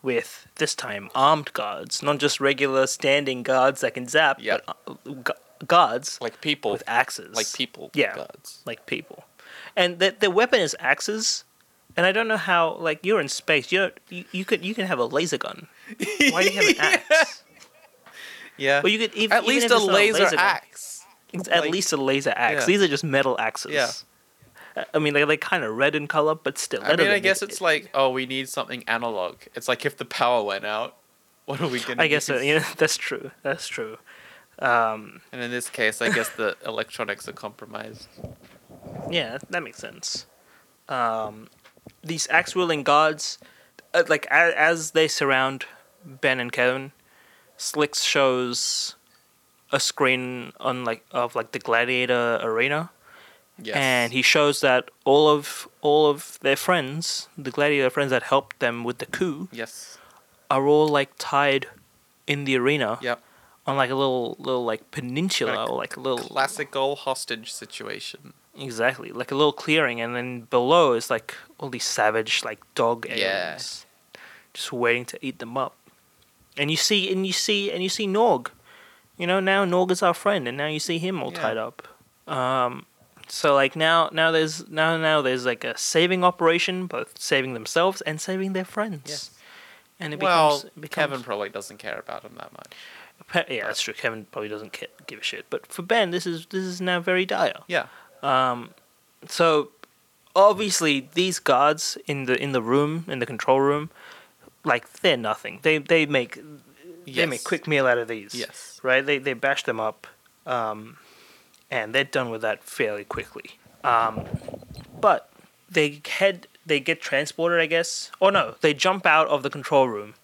Speaker 1: with this time armed guards, not just regular standing guards that can zap,
Speaker 2: Yeah.
Speaker 1: but uh, gu- guards
Speaker 2: Like people.
Speaker 1: with axes,
Speaker 2: like people.
Speaker 1: Yeah.
Speaker 2: Gods.
Speaker 1: like people, and the the weapon is axes. And I don't know how, like, you're in space. You're, you you could you can have a laser gun. Why do you have an axe?
Speaker 2: Yeah.
Speaker 1: Well, you could even,
Speaker 2: At
Speaker 1: even
Speaker 2: least
Speaker 1: if
Speaker 2: a
Speaker 1: it's not
Speaker 2: laser,
Speaker 1: gun,
Speaker 2: axe.
Speaker 1: it's At
Speaker 2: like-
Speaker 1: least a laser axe.
Speaker 2: Yeah.
Speaker 1: These are just metal axes.
Speaker 2: Yeah.
Speaker 1: I- I mean, they're like kind of red in color, but still.
Speaker 2: I mean, I guess it's like, oh, we need something analog. It's like if the power went out, what are we gonna?
Speaker 1: I guess so.
Speaker 2: use?
Speaker 1: Yeah, that's true. That's true.
Speaker 2: And in this case, I guess the electronics are compromised.
Speaker 1: Yeah, that makes sense. Um, these axe wielding guards, uh, like as, as they surround Ben and Kevin, Slicks shows a screen on like of like the gladiator arena.
Speaker 2: Yes.
Speaker 1: and he shows that all of all of their friends, the gladiator friends that helped them with the coup,
Speaker 2: yes.
Speaker 1: are all like tied in the arena
Speaker 2: Yep.
Speaker 1: on like a little little like peninsula
Speaker 2: Like
Speaker 1: or like a little
Speaker 2: Classical hostage situation.
Speaker 1: exactly like a little clearing, and then below is like all these savage like dog
Speaker 2: Yeah.
Speaker 1: aliens, just waiting to eat them up. And you see, and you see, and you see Norg. You know now Norg is our friend, and now you see him all
Speaker 2: Yeah.
Speaker 1: tied up. Um, so like now, now there's now now there's like a saving operation, both saving themselves and saving their friends.
Speaker 2: Yes.
Speaker 1: And it
Speaker 2: well,
Speaker 1: becomes, it
Speaker 2: Kevin
Speaker 1: becomes
Speaker 2: probably doesn't care about him that much.
Speaker 1: appa- yeah, that's true. Kevin probably doesn't ca- give a shit, but for Ben, this is this is now very dire.
Speaker 2: Yeah.
Speaker 1: So obviously these guards in the in the room in the control room, like they're nothing. They they make they make
Speaker 2: Yes.
Speaker 1: quick meal out of these.
Speaker 2: Yes.
Speaker 1: Right? They they bash them up, um, and they're done with that fairly quickly. Um, but they head they get transported, I guess. Or no, they jump out of the control room.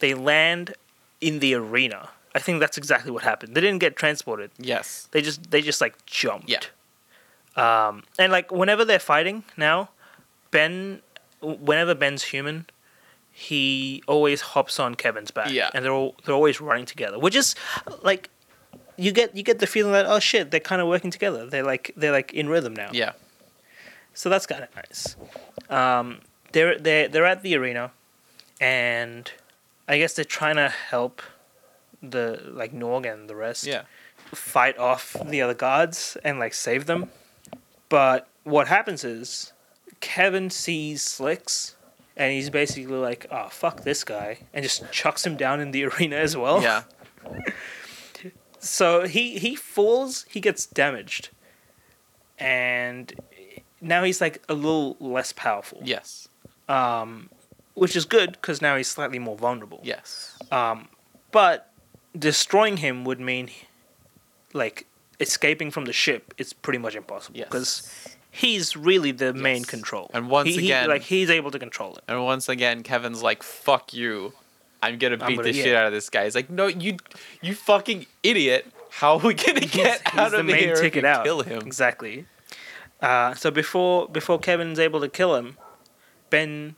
Speaker 1: They land in the arena. I think that's exactly what happened. They didn't get transported.
Speaker 2: Yes.
Speaker 1: They just they just like jumped.
Speaker 2: Yeah.
Speaker 1: Um, and like whenever they're fighting now, Ben, whenever Ben's human, he always hops on Kevin's back.
Speaker 2: Yeah.
Speaker 1: And they're all, they're always running together, which is like, you get you get the feeling that oh shit they're kind of working together. They're like they're like in rhythm now.
Speaker 2: Yeah.
Speaker 1: So that's kind of nice. Um, they're they they're are at the arena, and I guess they're trying to help the like Norg and the rest
Speaker 2: Yeah.
Speaker 1: fight off the other guards and like save them. But what happens is Kevin sees Slicks and he's basically like, oh, fuck this guy, and just chucks him down in the arena as well.
Speaker 2: Yeah.
Speaker 1: So he, he falls, he gets damaged. And now he's like a little less powerful.
Speaker 2: Yes.
Speaker 1: Um, which is good because now he's slightly more vulnerable.
Speaker 2: Yes.
Speaker 1: Um, but destroying him would mean, like, escaping from the ship is pretty much impossible
Speaker 2: Yes.
Speaker 1: because he's really the main
Speaker 2: Yes.
Speaker 1: control.
Speaker 2: And once
Speaker 1: He- he-
Speaker 2: again-
Speaker 1: like he's able to control it.
Speaker 2: And once again, Kevin's like, "Fuck you! I'm gonna beat
Speaker 1: gonna-
Speaker 2: the
Speaker 1: yeah.
Speaker 2: shit out of this guy." He's like, "No, you, you fucking idiot! How are we gonna get
Speaker 1: he's
Speaker 2: out
Speaker 1: the
Speaker 2: of
Speaker 1: main
Speaker 2: here? if
Speaker 1: ticket
Speaker 2: you
Speaker 1: out.
Speaker 2: Kill him!"
Speaker 1: Exactly. Uh, so before before Kevin's able to kill him, Ben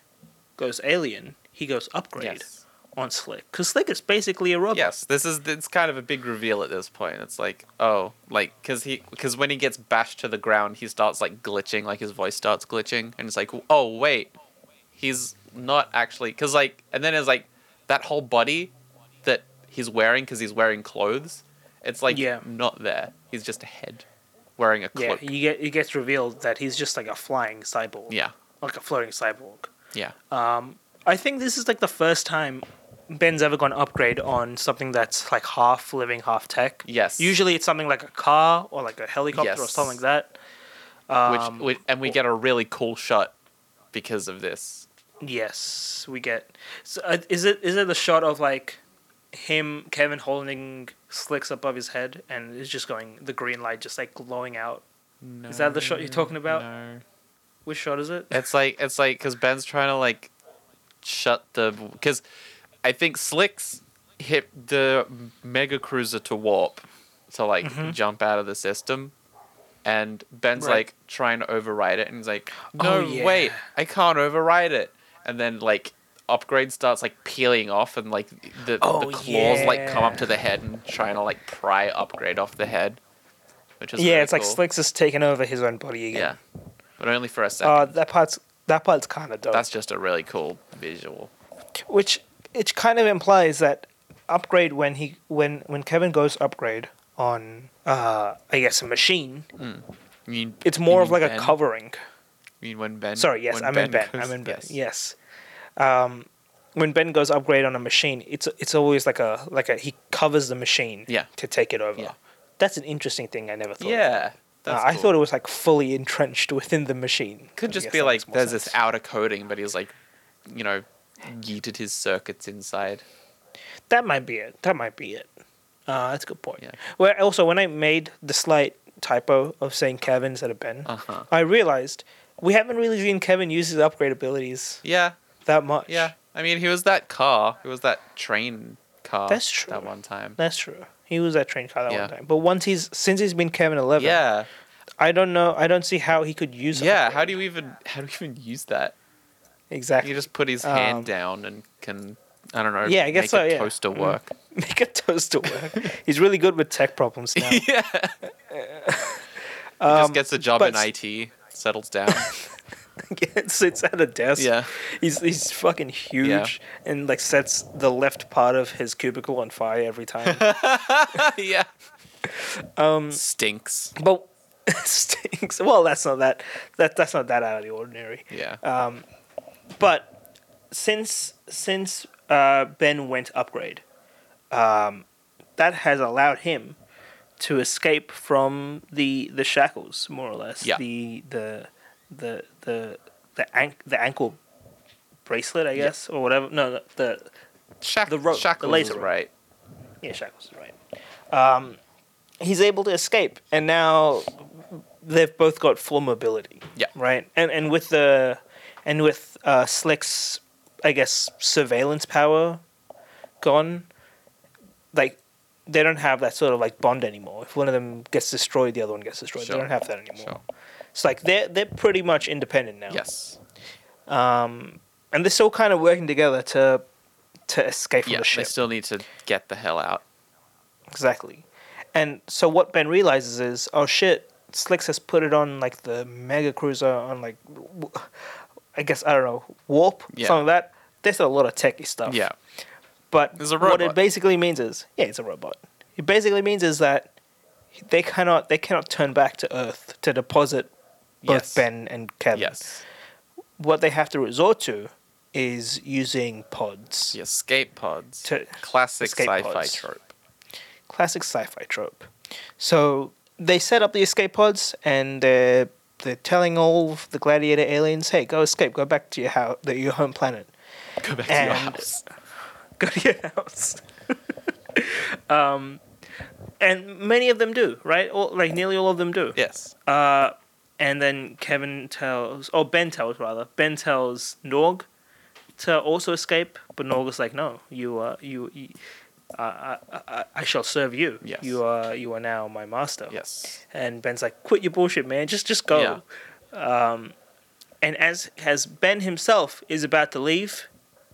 Speaker 1: goes alien. He goes upgrade
Speaker 2: Yes.
Speaker 1: on Slick because Slick is basically a robot.
Speaker 2: Yes, this is it's kind of a big reveal at this point. It's like, oh, like because he because when he gets bashed to the ground, he starts like glitching, like his voice starts glitching, and it's like, oh wait, he's not actually because like, and then it's like that whole body that he's wearing because he's wearing clothes. It's like
Speaker 1: Yeah.
Speaker 2: not there. He's just a head wearing a
Speaker 1: Yeah,
Speaker 2: cloak. Yeah,
Speaker 1: you get it gets revealed that he's just like a flying cyborg.
Speaker 2: yeah,
Speaker 1: like a floating cyborg.
Speaker 2: yeah,
Speaker 1: I think this is like the first time Ben's ever gone upgrade on something that's like half living, half tech.
Speaker 2: Yes.
Speaker 1: Usually it's something like a car or like a helicopter or
Speaker 2: Yes.
Speaker 1: something like that. Um,
Speaker 2: which, which and we get a really cool shot because of this.
Speaker 1: Yes, we get. So, uh, is it is it the shot of like him Kevin holding slicks above his head and it's just going the green light just like glowing out? Is that the shot you're talking about?
Speaker 2: Mm, No.
Speaker 1: Which shot is it?
Speaker 2: It's like it's like because Ben's trying to like shut the because I think Slicks hit the mega cruiser to warp to like jump out of the system, and Ben's
Speaker 1: Mm-hmm. Right.
Speaker 2: like trying to override it, and he's like, "No,
Speaker 1: Oh, yeah.
Speaker 2: wait, I can't override it," and then like. Upgrade starts like peeling off, and like the,
Speaker 1: Oh,
Speaker 2: the claws like come up
Speaker 1: yeah.
Speaker 2: to the head and trying to like pry upgrade off the head, which is
Speaker 1: yeah,
Speaker 2: really
Speaker 1: it's like
Speaker 2: cool.
Speaker 1: Slicks has taken over his own body
Speaker 2: Yeah,
Speaker 1: again.
Speaker 2: but only for a second.
Speaker 1: Uh, that part's that part's kind of dope.
Speaker 2: That's just a really cool visual.
Speaker 1: which it kind of implies that upgrade when he when when Kevin goes upgrade on uh I guess a machine,
Speaker 2: You mean
Speaker 1: it's more
Speaker 2: you
Speaker 1: of
Speaker 2: mean
Speaker 1: like
Speaker 2: Ben?
Speaker 1: a covering.
Speaker 2: You mean when Ben?
Speaker 1: Sorry, yes,
Speaker 2: when
Speaker 1: I'm in Ben.
Speaker 2: goes-
Speaker 1: I'm in Ben. Yes. Um when Ben goes upgrade on a machine, it's it's always like a like a he covers the machine
Speaker 2: Yeah.
Speaker 1: to take it over.
Speaker 2: Yeah.
Speaker 1: That's an interesting thing I never thought. of.
Speaker 2: Yeah,
Speaker 1: Uh,
Speaker 2: that's
Speaker 1: I
Speaker 2: cool.
Speaker 1: thought it was like fully entrenched within the machine.
Speaker 2: could
Speaker 1: I
Speaker 2: just
Speaker 1: guess
Speaker 2: be
Speaker 1: that
Speaker 2: like
Speaker 1: makes more
Speaker 2: there's
Speaker 1: sense.
Speaker 2: this outer coating, but he's like, you know, yeeted his circuits inside.
Speaker 1: That might be it. That might be it. Uh, that's a good point.
Speaker 2: Yeah.
Speaker 1: Well, also when I made the slight typo of saying Kevin instead of Ben,
Speaker 2: Uh-huh.
Speaker 1: I realized we haven't really seen Kevin use his upgrade abilities
Speaker 2: Yeah,
Speaker 1: that much.
Speaker 2: yeah. I mean, he was that car. He was that train car.
Speaker 1: That's true.
Speaker 2: That one time.
Speaker 1: that's true. He was that train car that
Speaker 2: Yeah.
Speaker 1: one time, but once he's since he's been Kevin Eleven,
Speaker 2: Yeah,
Speaker 1: I don't know. I don't see how he could use.
Speaker 2: yeah.
Speaker 1: upgrade.
Speaker 2: How do you even how do you even use that?
Speaker 1: exactly
Speaker 2: You just put his
Speaker 1: Um,
Speaker 2: hand down and can I don't know.
Speaker 1: Yeah, I guess
Speaker 2: make
Speaker 1: so,
Speaker 2: A
Speaker 1: yeah.
Speaker 2: Toaster
Speaker 1: Mm.
Speaker 2: work.
Speaker 1: make a toaster work? he's really good with tech problems now.
Speaker 2: yeah. he just gets a job
Speaker 1: Um, but
Speaker 2: in
Speaker 1: s-
Speaker 2: IT, settles down.
Speaker 1: sits at a desk.
Speaker 2: Yeah.
Speaker 1: He's he's fucking huge and like sets the left part of his cubicle on fire every time.
Speaker 2: yeah. Um stinks.
Speaker 1: but stinks. Well, that's not that that that's not that out of the ordinary.
Speaker 2: Yeah.
Speaker 1: Uh, But since since uh, Ben went upgrade, um, that has allowed him to escape from the the shackles more or less.
Speaker 2: Yeah.
Speaker 1: The the the the the, an- the ankle bracelet, I guess, or whatever. No, the, the
Speaker 2: Shack-
Speaker 1: The rope, the
Speaker 2: shackles
Speaker 1: laser
Speaker 2: is
Speaker 1: rope.
Speaker 2: right.
Speaker 1: yeah, shackles is right. Um, he's able to escape, and now they've both got full mobility.
Speaker 2: Yeah.
Speaker 1: Right, and and with the and with uh, Slick's, I guess, surveillance power gone, like they don't have that sort of like bond anymore. If one of them gets destroyed, the other one gets destroyed.
Speaker 2: Sure.
Speaker 1: They don't have that anymore.
Speaker 2: Sure.
Speaker 1: It's like they're they're pretty much independent now. Um,
Speaker 2: Yes.
Speaker 1: and they're still kind of working together to to escape from
Speaker 2: Yeah,
Speaker 1: the
Speaker 2: they
Speaker 1: ship.
Speaker 2: still need to get the hell out.
Speaker 1: exactly. And so what Ben realizes is, oh shit, Slicks has put it on like the mega cruiser on like, w- I guess I don't know, warp
Speaker 2: Yeah.
Speaker 1: something like that. There's a lot of techy stuff.
Speaker 2: Yeah.
Speaker 1: But
Speaker 2: It's a
Speaker 1: what it
Speaker 2: robot.
Speaker 1: basically means is, yeah, it's a robot. It basically means is that they cannot they cannot turn back to Earth to deposit both
Speaker 2: Yes.
Speaker 1: Ben and Kevin.
Speaker 2: Yes.
Speaker 1: What they have to resort to is using pods.
Speaker 2: The escape pods.
Speaker 1: To-
Speaker 2: Classic
Speaker 1: escape
Speaker 2: sci-fi
Speaker 1: pods.
Speaker 2: trope.
Speaker 1: classic sci-fi trope. So they set up the escape pods, and they're they're telling all of the gladiator aliens, "Hey, go escape, go back to your house, your home planet,
Speaker 2: Go back to your
Speaker 1: And-
Speaker 2: house.
Speaker 1: go to your house." um, and many of them do, right? All, like nearly all of them do.
Speaker 2: Yes.
Speaker 1: Uh, and then Kevin tells, or Ben tells rather, Ben tells Norg to also escape, but Norg is like, "No, you, uh, you." you uh, I, I, I shall serve you.
Speaker 2: Yes.
Speaker 1: You are you are now my master.
Speaker 2: Yes.
Speaker 1: And Ben's like, "Quit your bullshit, man. Just just go."
Speaker 2: Yeah.
Speaker 1: Um, and as as Ben himself is about to leave,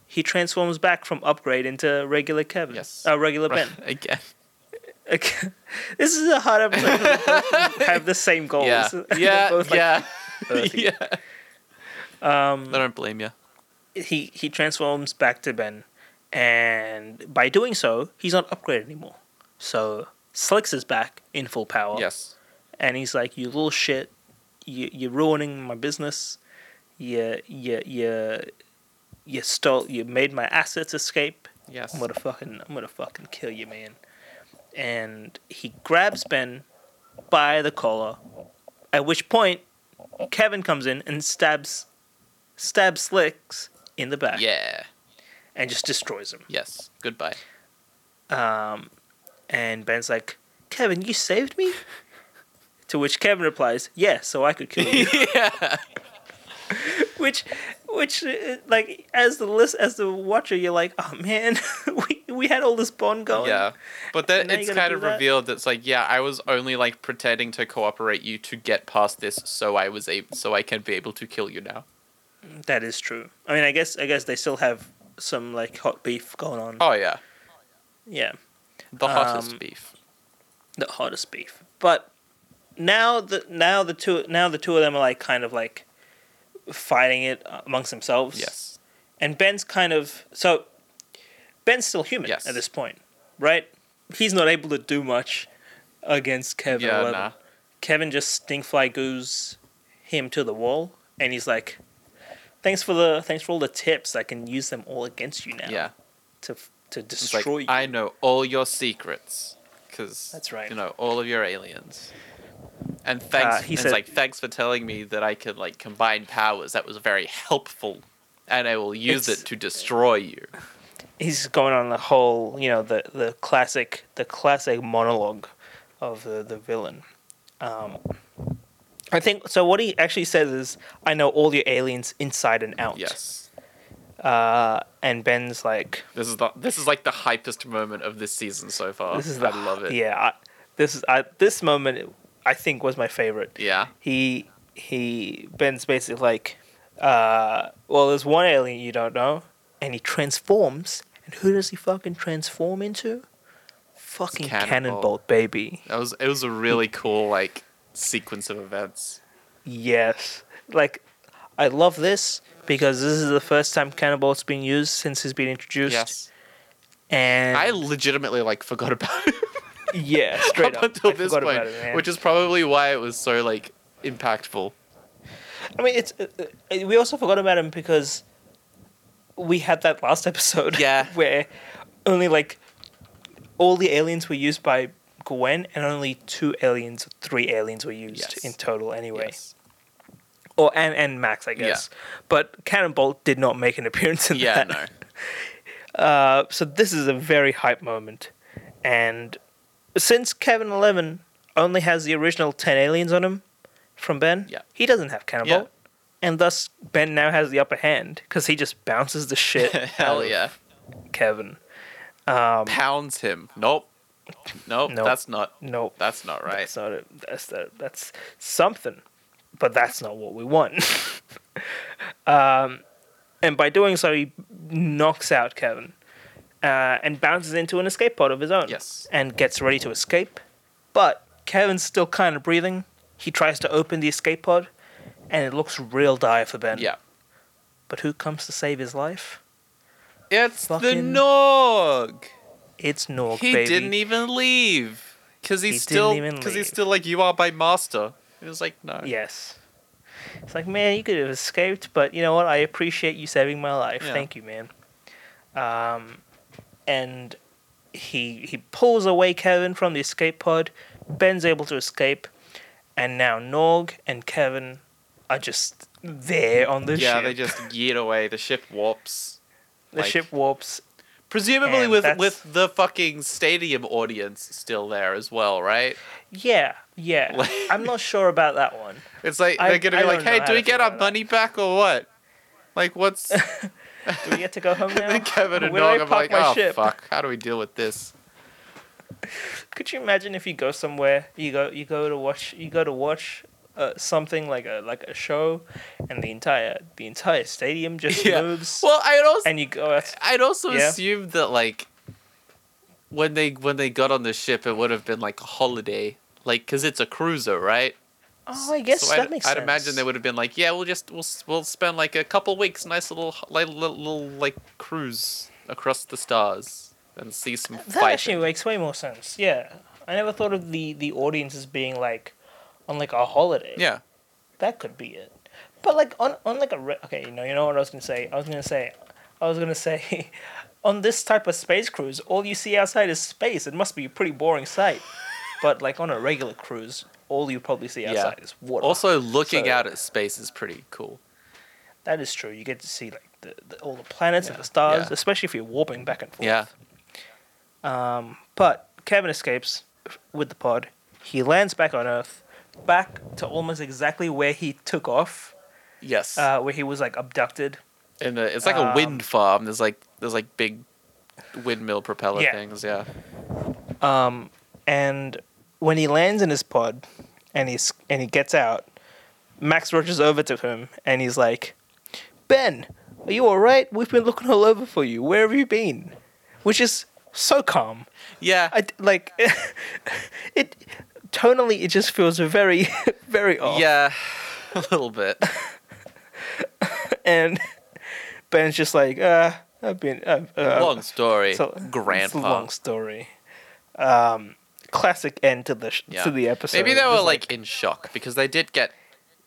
Speaker 1: he transforms back from upgrade into regular Kevin.
Speaker 2: Yes.
Speaker 1: uh, regular Ben.
Speaker 2: Again.
Speaker 1: Okay. this is a hard episode. 'cause they both have the same goals.
Speaker 2: Yeah.
Speaker 1: They're
Speaker 2: Yeah.
Speaker 1: both like-
Speaker 2: yeah.
Speaker 1: earthy.
Speaker 2: yeah. Um, I don't blame you.
Speaker 1: He he transforms back to Ben, and by doing so, he's not upgraded anymore. So Slicks is back in full power.
Speaker 2: Yes.
Speaker 1: and he's like, "You little shit, you you're ruining my business. You you you you stole. You made my assets escape.
Speaker 2: Yes.
Speaker 1: I'm gonna fucking I'm gonna fucking kill you, man." And he grabs Ben by the collar. At which point, Kevin comes in and stabs stabs Slicks in the back
Speaker 2: Yeah.
Speaker 1: and just destroys him. Um,
Speaker 2: Yes. Goodbye.
Speaker 1: And Ben's like, "Kevin, you saved me." To which Kevin replies, "Yeah, so I could kill you."
Speaker 2: yeah.
Speaker 1: which which uh, like as the list as the watcher you're like oh man we we had all this bond going
Speaker 2: Yeah. But then
Speaker 1: And now you
Speaker 2: it's
Speaker 1: gotta
Speaker 2: kind
Speaker 1: do
Speaker 2: of
Speaker 1: that?
Speaker 2: revealed that's like, yeah, I was only like pretending to cooperate you to get past this so I was able so I can be able to kill you now.
Speaker 1: that is true i mean i guess i guess they still have some like hot beef going on
Speaker 2: Oh yeah.
Speaker 1: yeah
Speaker 2: The hottest
Speaker 1: Um,
Speaker 2: beef.
Speaker 1: the hottest beef but now the now the two now the two of them are like kind of like fighting it amongst themselves
Speaker 2: Yes.
Speaker 1: and ben's kind of so ben's still human
Speaker 2: Yes.
Speaker 1: at this point right he's not able to do much against kevin
Speaker 2: Yeah,
Speaker 1: Eleven.
Speaker 2: nah.
Speaker 1: Kevin just stinkfly goos him to the wall, and he's like, "Thanks for the thanks for all the tips. I can use them all against you now.
Speaker 2: Yeah.
Speaker 1: to
Speaker 2: It's
Speaker 1: to
Speaker 2: like,
Speaker 1: destroy you.
Speaker 2: I know all your secrets, because
Speaker 1: That's right.
Speaker 2: You know all of your aliens. And thanks.
Speaker 1: Uh, he
Speaker 2: it's
Speaker 1: said-
Speaker 2: like thanks for telling me that I could like combine powers. That was very helpful, and I will use
Speaker 1: It's-
Speaker 2: it to destroy you.
Speaker 1: He's going on the whole, you know, the the classic the classic monologue of the the villain. Um, I think so. What he actually says is, "I know all your aliens inside and out."
Speaker 2: Yes.
Speaker 1: Uh, and Ben's like,
Speaker 2: This is the this is like the hypest moment of this season so far.
Speaker 1: "This is the
Speaker 2: I love it.
Speaker 1: Ah, Yeah, I, this is I, this moment. I think was my favorite.
Speaker 2: Yeah.
Speaker 1: he he Ben's basically like, uh, well, there's one alien you don't know, and he transforms, and who does he fucking transform into? Fucking
Speaker 2: Cannonball.
Speaker 1: Cannonbolt, baby.
Speaker 2: That was it was a really cool like sequence of events.
Speaker 1: Yes, like I love this because this is the first time Cannonbolt's been used since he's been introduced.
Speaker 2: Yes.
Speaker 1: and
Speaker 2: I legitimately like forgot about it.
Speaker 1: yeah, straight
Speaker 2: up
Speaker 1: up,
Speaker 2: until
Speaker 1: I
Speaker 2: this
Speaker 1: forgot about
Speaker 2: point,
Speaker 1: it, man.
Speaker 2: which is probably why it was so like impactful.
Speaker 1: I mean, it's uh, uh, we also forgot about him because we had that last episode.
Speaker 2: Yeah.
Speaker 1: where only like all the aliens were used by Gwen, and only two aliens, three aliens were used
Speaker 2: Yes.
Speaker 1: in total. Anyway,
Speaker 2: Yes.
Speaker 1: or and and Max, I guess. But Cannonbolt did not make an appearance in
Speaker 2: Yeah,
Speaker 1: that.
Speaker 2: no.
Speaker 1: Uh, so this is a very hype moment, and since Kevin Eleven only has the original ten aliens on him from Ben,
Speaker 2: Yeah.
Speaker 1: he doesn't have Cannonbolt, and thus Ben now has the upper hand because he just bounces the shit out
Speaker 2: Hell
Speaker 1: of
Speaker 2: yeah.
Speaker 1: Kevin.
Speaker 2: Pounds him. Nope. Nope.
Speaker 1: Um, Nope.
Speaker 2: That's not.
Speaker 1: Nope.
Speaker 2: That's not right.
Speaker 1: That's not it. That's that. That's something, but that's not what we want. um, and by doing so, he knocks out Kevin, uh, and bounces into an escape pod of his own.
Speaker 2: Yes.
Speaker 1: And gets ready to escape, but Kevin's still kind of breathing. He tries to open the escape pod, and it looks real dire for Ben.
Speaker 2: Yeah.
Speaker 1: But who comes to save his life?
Speaker 2: It's the
Speaker 1: Fucking-
Speaker 2: Nog.
Speaker 1: It's Norg,
Speaker 2: He
Speaker 1: baby.
Speaker 2: didn't even leave because he's
Speaker 1: He didn't
Speaker 2: still
Speaker 1: even
Speaker 2: because
Speaker 1: leave.
Speaker 2: he's still like you are by master. It was like no.
Speaker 1: Yes. It's like, man, you could have escaped, but you know what? I appreciate you saving my life.
Speaker 2: Yeah.
Speaker 1: Thank you, man. Um, and he he pulls away Kevin from the escape pod. Ben's able to escape, and now Norg and Kevin are just there on the
Speaker 2: yeah,
Speaker 1: ship.
Speaker 2: they just yeet away. The ship warps.
Speaker 1: the
Speaker 2: like-
Speaker 1: ship warps.
Speaker 2: Presumably
Speaker 1: And
Speaker 2: with
Speaker 1: that's-
Speaker 2: with the fucking stadium audience still there as well, right?
Speaker 1: Yeah, yeah.
Speaker 2: Like-
Speaker 1: I'm not sure about that one.
Speaker 2: It's like
Speaker 1: I-
Speaker 2: they're gonna
Speaker 1: I
Speaker 2: be
Speaker 1: don't
Speaker 2: like,
Speaker 1: know
Speaker 2: "Hey,
Speaker 1: how
Speaker 2: do
Speaker 1: to
Speaker 2: we
Speaker 1: feel
Speaker 2: get our
Speaker 1: about that.
Speaker 2: money back or what?" Like, what's
Speaker 1: Do we get to go home now?
Speaker 2: and Kevin and
Speaker 1: Where do I
Speaker 2: Nog? I'm like,
Speaker 1: park my
Speaker 2: "Oh
Speaker 1: ship?"
Speaker 2: fuck, how do we deal with this?"
Speaker 1: Could you imagine if you go somewhere, you go you go to watch you go to watch uh, something like a like a show, and the entire the entire stadium just moves,
Speaker 2: Well, I'd also
Speaker 1: and you go oh, out.
Speaker 2: I'd also
Speaker 1: Yeah.
Speaker 2: assume that like when they when they got on the ship, it would have been like a holiday, like because it's a cruiser, right?
Speaker 1: Oh, I guess
Speaker 2: so
Speaker 1: that
Speaker 2: I'd,
Speaker 1: makes
Speaker 2: I'd
Speaker 1: sense.
Speaker 2: imagine they would have been like, "Yeah, we'll just we'll s- we'll spend like a couple weeks, nice little h- like little, little like cruise across the stars and see some
Speaker 1: That actually
Speaker 2: fighting."
Speaker 1: makes way more sense. Yeah, I never thought of the the audience as being like on like a holiday.
Speaker 2: yeah,
Speaker 1: that could be it. But like on on like a re- okay, you know you know what I was gonna say. I was gonna say, I was gonna say, on this type of space cruise, all you see outside is space. It must be a pretty boring sight. but like on a regular cruise, all you probably see
Speaker 2: Yeah.
Speaker 1: outside is water.
Speaker 2: also looking
Speaker 1: So-
Speaker 2: out at space is pretty cool.
Speaker 1: that is true. You get to see like the, the all the planets and
Speaker 2: Yeah,
Speaker 1: the stars,
Speaker 2: yeah.
Speaker 1: especially if you're warping back and forth.
Speaker 2: Yeah,
Speaker 1: But Kevin escapes with the pod. He lands back on Earth, back to almost exactly where he took off,
Speaker 2: yes.
Speaker 1: uh, um, where he was like abducted.
Speaker 2: and uh, it's like a wind farm. There's like there's like big windmill propeller
Speaker 1: Yeah.
Speaker 2: things. Yeah,
Speaker 1: Um, and when he lands in his pod, and he's and he gets out, Max rushes over to him and he's like, "Ben, are you all right? We've been looking all over for you. Where have you been?" Which is so calm.
Speaker 2: yeah.
Speaker 1: I d- like it. Tonally, it just feels very, very off.
Speaker 2: Yeah, a little bit.
Speaker 1: And Ben's just like, uh, I've been, I've, uh,
Speaker 2: long story.
Speaker 1: so- It's a
Speaker 2: Grandpa.
Speaker 1: long story. Um, classic end to the sh-
Speaker 2: Yeah.
Speaker 1: to the episode.
Speaker 2: Maybe they
Speaker 1: Just
Speaker 2: were like, in shock because they did get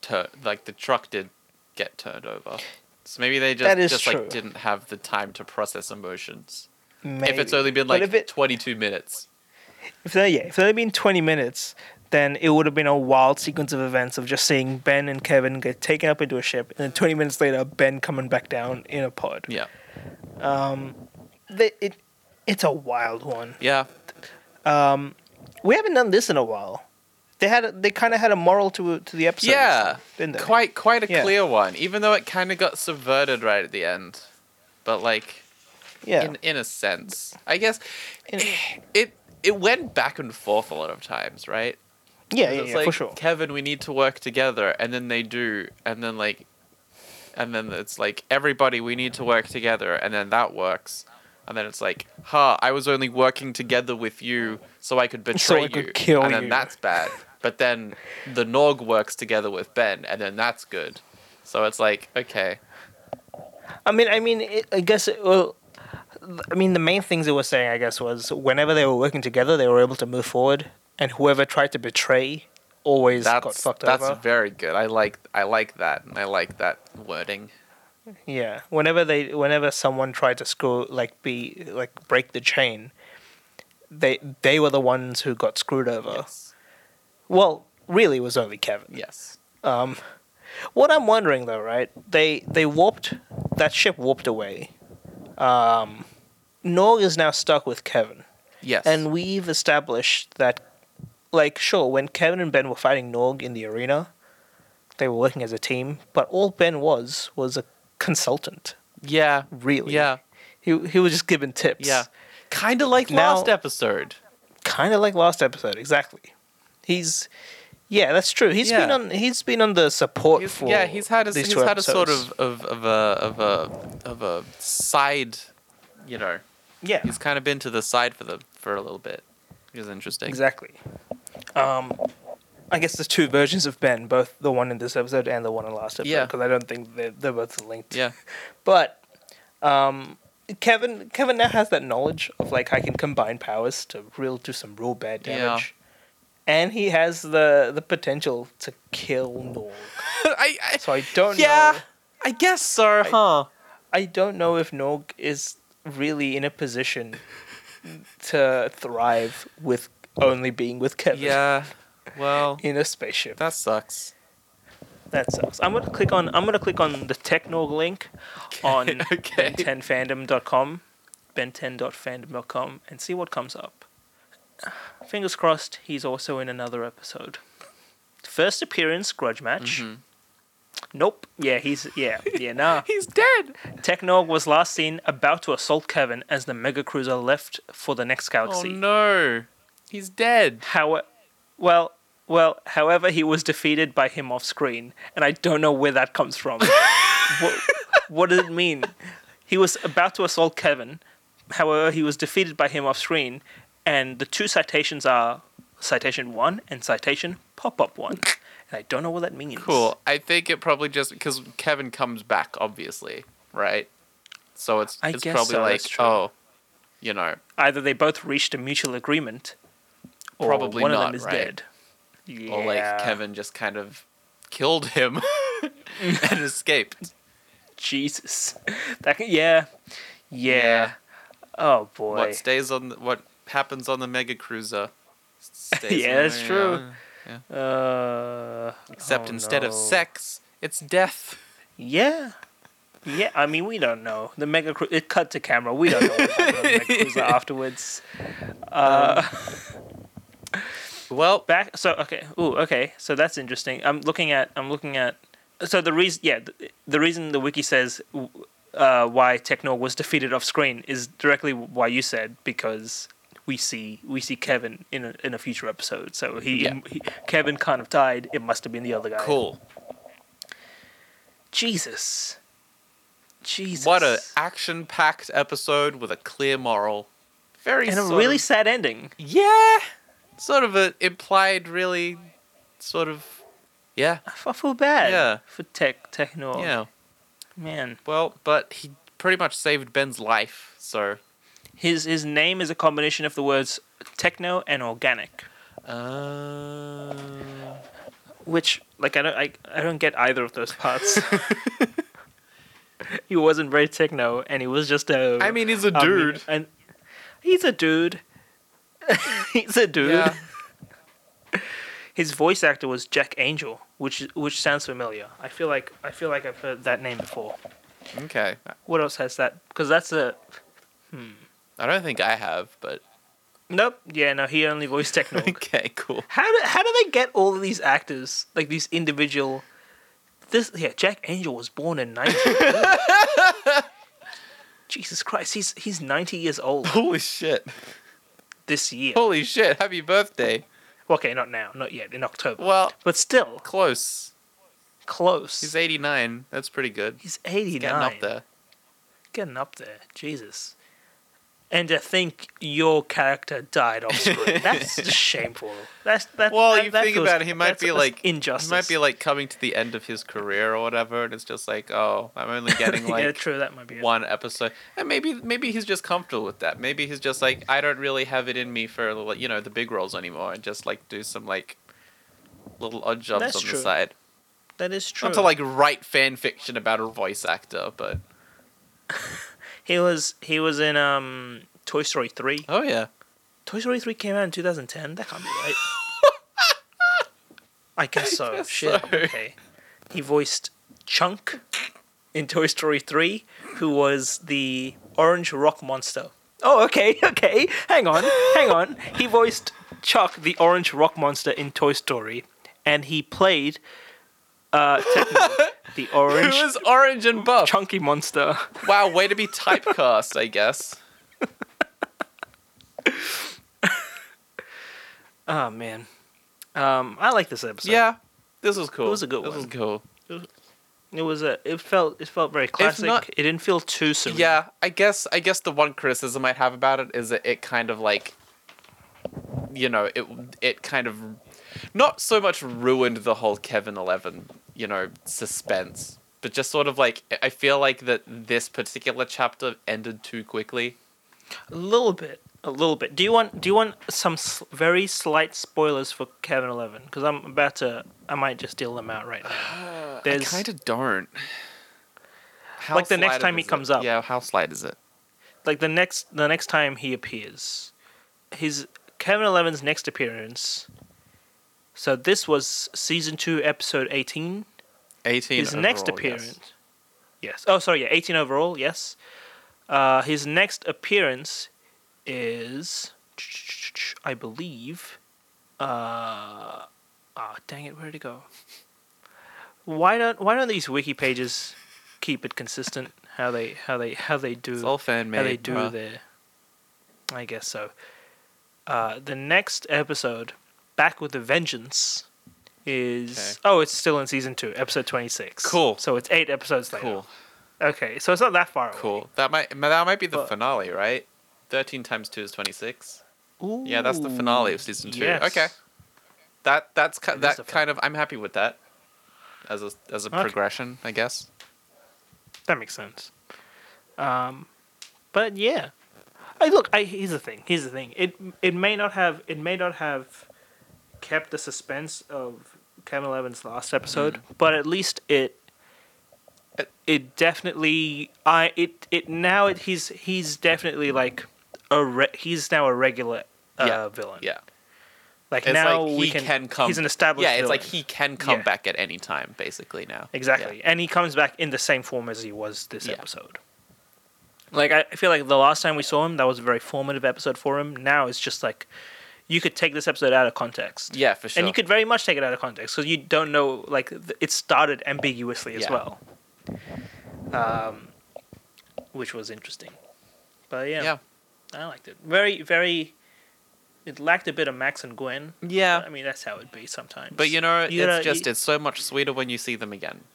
Speaker 2: turned. Like the truck did get turned over. So maybe they just
Speaker 1: That is
Speaker 2: just
Speaker 1: true.
Speaker 2: like didn't have the time to process emotions. If it's
Speaker 1: Maybe.
Speaker 2: only been like
Speaker 1: But if it,
Speaker 2: 22 minutes.
Speaker 1: if there, yeah, if there had been twenty minutes, then it would have been a wild sequence of events of just seeing Ben and Kevin get taken up into a ship, and then twenty minutes later, Ben coming back down in a pod.
Speaker 2: Yeah.
Speaker 1: They- it, it's a wild one.
Speaker 2: Yeah.
Speaker 1: We haven't done this in a while. They had, a, they kind of had a moral to to the episode.
Speaker 2: yeah.
Speaker 1: didn't they?
Speaker 2: Quite quite a
Speaker 1: Yeah.
Speaker 2: clear one, even though it kind of got subverted right at the end. But like
Speaker 1: yeah.
Speaker 2: in in a sense, I guess
Speaker 1: In-
Speaker 2: it it went back and forth a lot of times, right?
Speaker 1: yeah, yeah,
Speaker 2: It's
Speaker 1: yeah,
Speaker 2: like,
Speaker 1: for sure.
Speaker 2: Kevin, we need to work together, and then they do, and then like, and then it's like everybody, we need to work together, and then that works, and then it's like, ha, I was only working together with you so I could betray
Speaker 1: So I
Speaker 2: you,
Speaker 1: could kill
Speaker 2: and then
Speaker 1: you.
Speaker 2: that's bad. But then the Norg works together with Ben, and then that's good. So it's like, okay,
Speaker 1: I mean, I mean, it, I guess it, well, I mean, the main things they were saying, I guess, was whenever they were working together, they were able to move forward, and whoever tried to betray always got
Speaker 2: that's
Speaker 1: fucked
Speaker 2: that's
Speaker 1: over.
Speaker 2: very good. I like I like that, and I like that wording.
Speaker 1: yeah, whenever they, whenever someone tried to screw, like be, like break the chain, they they were the ones who got screwed over.
Speaker 2: Yes.
Speaker 1: Well, really, it was only Kevin.
Speaker 2: Yes.
Speaker 1: Um, What I'm wondering though, right? They they warped that ship warped away. Um, Norg is now stuck with Kevin,
Speaker 2: Yes.
Speaker 1: and we've established that, like, sure, when Kevin and Ben were fighting Norg in the arena, they were working as a team. But all Ben was was a consultant,
Speaker 2: yeah.
Speaker 1: really.
Speaker 2: Yeah.
Speaker 1: He he was just given tips.
Speaker 2: Yeah. Kind of like
Speaker 1: Now-
Speaker 2: last episode.
Speaker 1: kind of like last episode exactly he's yeah that's true He's been
Speaker 2: Yeah.
Speaker 1: on he's been on the support
Speaker 2: He's,
Speaker 1: for
Speaker 2: yeah, he's had a
Speaker 1: these
Speaker 2: he's
Speaker 1: two
Speaker 2: had a sort
Speaker 1: episodes.
Speaker 2: of of of a of a of a side, you know.
Speaker 1: yeah
Speaker 2: He's kind of been to the side for the for a little bit, which is interesting.
Speaker 1: exactly um I guess there's two versions of Ben both the one in this episode and the one in last episode
Speaker 2: Yeah.
Speaker 1: because I don't think they're, they're both linked
Speaker 2: Yeah.
Speaker 1: but um Kevin Kevin now has that knowledge of like I can combine powers to real do some real bad
Speaker 2: Yeah.
Speaker 1: damage and he has the the potential to kill Norg
Speaker 2: I, I
Speaker 1: so I don't
Speaker 2: yeah.
Speaker 1: know
Speaker 2: Oh, I guess so, huh?
Speaker 1: I don't know if Nog is really in a position to thrive with only being with Kevin
Speaker 2: Yeah. Well,
Speaker 1: in a spaceship.
Speaker 2: that sucks.
Speaker 1: That sucks. I'm gonna click on I'm gonna click on the Technog link on
Speaker 2: okay.
Speaker 1: ben10fandom.com, ben10.fandom.com, and see what comes up. Fingers crossed, he's also in another episode. First appearance, grudge match.
Speaker 2: Mhm.
Speaker 1: Nope. Yeah, he's yeah yeah nah.
Speaker 2: He's dead.
Speaker 1: Technog was last seen about to assault Kevin as the mega cruiser left for the next
Speaker 2: Oh
Speaker 1: galaxy.
Speaker 2: no. He's dead.
Speaker 1: How, well, well, however, he was defeated by him off screen, and I don't know where that comes from. what, what does it mean? He was about to assault Kevin, however, he was defeated by him off screen, and the two citations are citation one and citation pop up one. And I don't know what that means.
Speaker 2: Cool. I think it probably just because Kevin comes back, obviously, right? So it's
Speaker 1: I
Speaker 2: it's
Speaker 1: guess
Speaker 2: probably
Speaker 1: so,
Speaker 2: like
Speaker 1: that's true.
Speaker 2: oh, you know,
Speaker 1: Either they both reached a mutual agreement, or
Speaker 2: Probably
Speaker 1: one of
Speaker 2: not,
Speaker 1: them is
Speaker 2: right?
Speaker 1: dead. Yeah.
Speaker 2: or like Kevin just kind of killed him and escaped.
Speaker 1: Jesus. That can, yeah. yeah. Oh boy.
Speaker 2: What stays on the, what happens on the mega cruiser? Stays
Speaker 1: Yeah,
Speaker 2: on
Speaker 1: that's
Speaker 2: the-
Speaker 1: true.
Speaker 2: yeah.
Speaker 1: uh
Speaker 2: Except
Speaker 1: oh,
Speaker 2: instead of
Speaker 1: no.
Speaker 2: sex, it's death.
Speaker 1: Yeah. Yeah, I mean we don't know. The mega cru- it cut to camera. We don't know what happened to the mega cruiser afterwards. Uh,
Speaker 2: Um, Well,
Speaker 1: back so okay. Ooh, okay. So that's interesting. I'm looking at I'm looking at so the reason yeah, the, the reason the wiki says uh, why Techno was defeated off screen is directly why you said because we see we see Kevin in a, in a future episode. So he,
Speaker 2: Yeah.
Speaker 1: he Kevin kind of died. It must have been the other guy.
Speaker 2: cool.
Speaker 1: Jesus. Jesus.
Speaker 2: What a action-packed episode with a clear moral. Very
Speaker 1: and a
Speaker 2: sort
Speaker 1: really
Speaker 2: of-
Speaker 1: sad ending.
Speaker 2: Yeah, sort of a implied, really, sort of, yeah,
Speaker 1: I f- I feel bad.
Speaker 2: Yeah.
Speaker 1: For Tech Techno.
Speaker 2: yeah.
Speaker 1: Man,
Speaker 2: Well, but he pretty much saved Ben's life, so.
Speaker 1: his his name is a combination of the words techno and organic,
Speaker 2: Uh,
Speaker 1: which like I don't I, I don't get either of those parts. he wasn't very techno, and he was just a.
Speaker 2: I mean, he's a
Speaker 1: I mean,
Speaker 2: dude.
Speaker 1: and he's a dude. he's a dude.
Speaker 2: Yeah.
Speaker 1: His voice actor was Jack Angel, which which sounds familiar. I feel like I feel like I've heard that name before.
Speaker 2: Okay.
Speaker 1: What else has that? Because that's a
Speaker 2: I don't think I have, but
Speaker 1: nope. Yeah, no, he only voiced Technog.
Speaker 2: okay, cool.
Speaker 1: how do how do they get all of these actors like these individual? This yeah, Jack Angel was born in nineteen. Jesus Christ, he's he's ninety years old
Speaker 2: Holy shit!
Speaker 1: this year.
Speaker 2: Holy shit! Happy birthday.
Speaker 1: Okay, not now, not yet, in October,
Speaker 2: Well,
Speaker 1: but still
Speaker 2: close.
Speaker 1: close.
Speaker 2: He's 89. That's pretty good.
Speaker 1: He's 89.
Speaker 2: Getting up there.
Speaker 1: Getting up there. Jesus. And to think your character died off screen. That's just shameful. That's that.
Speaker 2: Well,
Speaker 1: that,
Speaker 2: you
Speaker 1: that
Speaker 2: think
Speaker 1: feels-
Speaker 2: about it, he might
Speaker 1: that's-
Speaker 2: be
Speaker 1: that's
Speaker 2: like
Speaker 1: injustice.
Speaker 2: He might be like coming to the end of his career or whatever, and it's just like, oh, I'm only getting like
Speaker 1: yeah, true. That might be it.
Speaker 2: one episode. And maybe maybe he's just comfortable with that. Maybe he's just like, I don't really have it in me for like, you know the big roles anymore, and just like do some like little odd jobs
Speaker 1: That's
Speaker 2: on
Speaker 1: true.
Speaker 2: the side.
Speaker 1: That is true.
Speaker 2: Not to like write fan fiction about a voice actor, but
Speaker 1: he was he was in um Toy Story three.
Speaker 2: oh yeah,
Speaker 1: Toy Story three came out in 2010. That can't be right. I guess so.
Speaker 2: guess
Speaker 1: Shit.
Speaker 2: so.
Speaker 1: Okay. He voiced Chunk in Toy Story 3, who was the orange rock monster. Oh, okay, okay. Hang on, hang on. He voiced Chuck, the orange rock monster in Toy Story, and he played uh, Techno, the
Speaker 2: Who
Speaker 1: orange
Speaker 2: is orange and buff?
Speaker 1: chunky monster.
Speaker 2: Wow, way to be typecast, I guess.
Speaker 1: Oh, man. Um, I like this episode.
Speaker 2: Yeah, this was cool.
Speaker 1: It was a good
Speaker 2: This was
Speaker 1: one.
Speaker 2: cool.
Speaker 1: It was a. It felt. It felt very classic.
Speaker 2: not-
Speaker 1: it didn't feel too surreal.
Speaker 2: Yeah, I guess I guess the one criticism I have about it is that it kind of like you know, it it kind of not so much ruined the whole Kevin 11, you know, suspense, but just sort of like I feel like that this particular chapter ended too quickly.
Speaker 1: A little bit. A little bit. Do you want? Do you want some s- very slight spoilers for Kevin Eleven? Because I'm about to. I might just deal them out right now.
Speaker 2: I
Speaker 1: There's
Speaker 2: kind of don't. How
Speaker 1: Like the next
Speaker 2: slighted
Speaker 1: time he
Speaker 2: is it?
Speaker 1: comes up.
Speaker 2: Yeah, how slight is it?
Speaker 1: like the next. The next time he appears, his Kevin Eleven's next appearance. So this was season two, episode eighteen.
Speaker 2: 18
Speaker 1: his next
Speaker 2: overall, yes.
Speaker 1: appearance. Yes. Oh, sorry. Yeah, 18 overall. Yes. Uh, his next appearance is, I believe. Uh, oh, dang it! Where did it go? Why don't Why don't these wiki pages keep it consistent? How they How they How they do
Speaker 2: It's all fan made.
Speaker 1: how they do their. I guess so. Uh, the next episode, Back with a Vengeance, is oh, it's still in season two, episode twenty six.
Speaker 2: Cool.
Speaker 1: So it's eight episodes later.
Speaker 2: Cool.
Speaker 1: Okay, so it's not that far away.
Speaker 2: Cool. That might that might be the
Speaker 1: But-
Speaker 2: finale, right? Thirteen times two is twenty six.
Speaker 1: Ooh,
Speaker 2: Yeah, that's the finale of season two.
Speaker 1: yes.
Speaker 2: Okay. That that's ki-
Speaker 1: is the
Speaker 2: that
Speaker 1: fin-
Speaker 2: kind of I'm happy with that. As a as a
Speaker 1: Okay.
Speaker 2: progression, I guess.
Speaker 1: That makes sense. Um, but yeah, I look. I here's the thing. Here's the thing. It it may not have it may not have kept the suspense of Kevin Levin's last episode,
Speaker 2: Mm-hmm.
Speaker 1: but at least it it definitely I it it now it, he's he's definitely like a re, he's now a regular uh,
Speaker 2: Yeah,
Speaker 1: villain.
Speaker 2: Yeah.
Speaker 1: like
Speaker 2: It's
Speaker 1: now
Speaker 2: like he
Speaker 1: we
Speaker 2: can,
Speaker 1: can,
Speaker 2: come
Speaker 1: He's an established.
Speaker 2: Yeah, it's
Speaker 1: villain.
Speaker 2: like he can come
Speaker 1: Yeah.
Speaker 2: back at any time basically now.
Speaker 1: Exactly. And he comes back in the same form as he was this
Speaker 2: Yeah.
Speaker 1: episode. Like I I feel like the last time we saw him, that was a very formative episode for him. Now it's just like you could take this episode out of context.
Speaker 2: Yeah, for sure.
Speaker 1: And you could very much take it out of context because you don't know, like, th- it started ambiguously as
Speaker 2: Yeah.
Speaker 1: well. Um, which was interesting. But yeah,
Speaker 2: Yeah.
Speaker 1: I liked it. Very, very. It lacked a bit of Max and Gwen.
Speaker 2: Yeah.
Speaker 1: I mean, that's how it'd be sometimes.
Speaker 2: But you know, it's
Speaker 1: gotta-
Speaker 2: just it's so much sweeter when you see them again.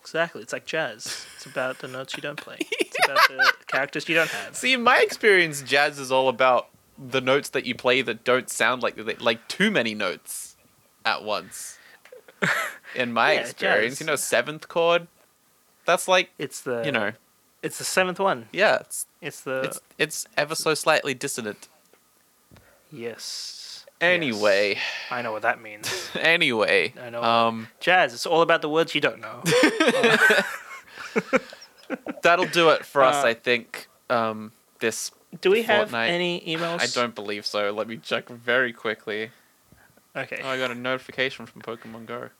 Speaker 1: Exactly. It's like jazz. It's about the notes you don't play. It's about the characters you don't have.
Speaker 2: See, in my experience, jazz is all about the notes that you play that don't sound like like too many notes at once. In my
Speaker 1: Yeah,
Speaker 2: experience,
Speaker 1: jazz.
Speaker 2: you know, seventh chord, that's like
Speaker 1: It's the
Speaker 2: you know,
Speaker 1: It's the seventh one.
Speaker 2: yeah, it's
Speaker 1: It's the
Speaker 2: it's it's ever so slightly dissonant.
Speaker 1: yes.
Speaker 2: Anyway,
Speaker 1: Yes. I know what that means.
Speaker 2: anyway,
Speaker 1: I know.
Speaker 2: um,
Speaker 1: jazz. It's all about the words you don't know.
Speaker 2: that'll do it for us,
Speaker 1: Uh,
Speaker 2: I think. Um, this
Speaker 1: Do we have
Speaker 2: Fortnite.
Speaker 1: any emails?
Speaker 2: I don't believe so. Let me check very quickly.
Speaker 1: Okay.
Speaker 2: Oh, I got a notification from Pokemon Go.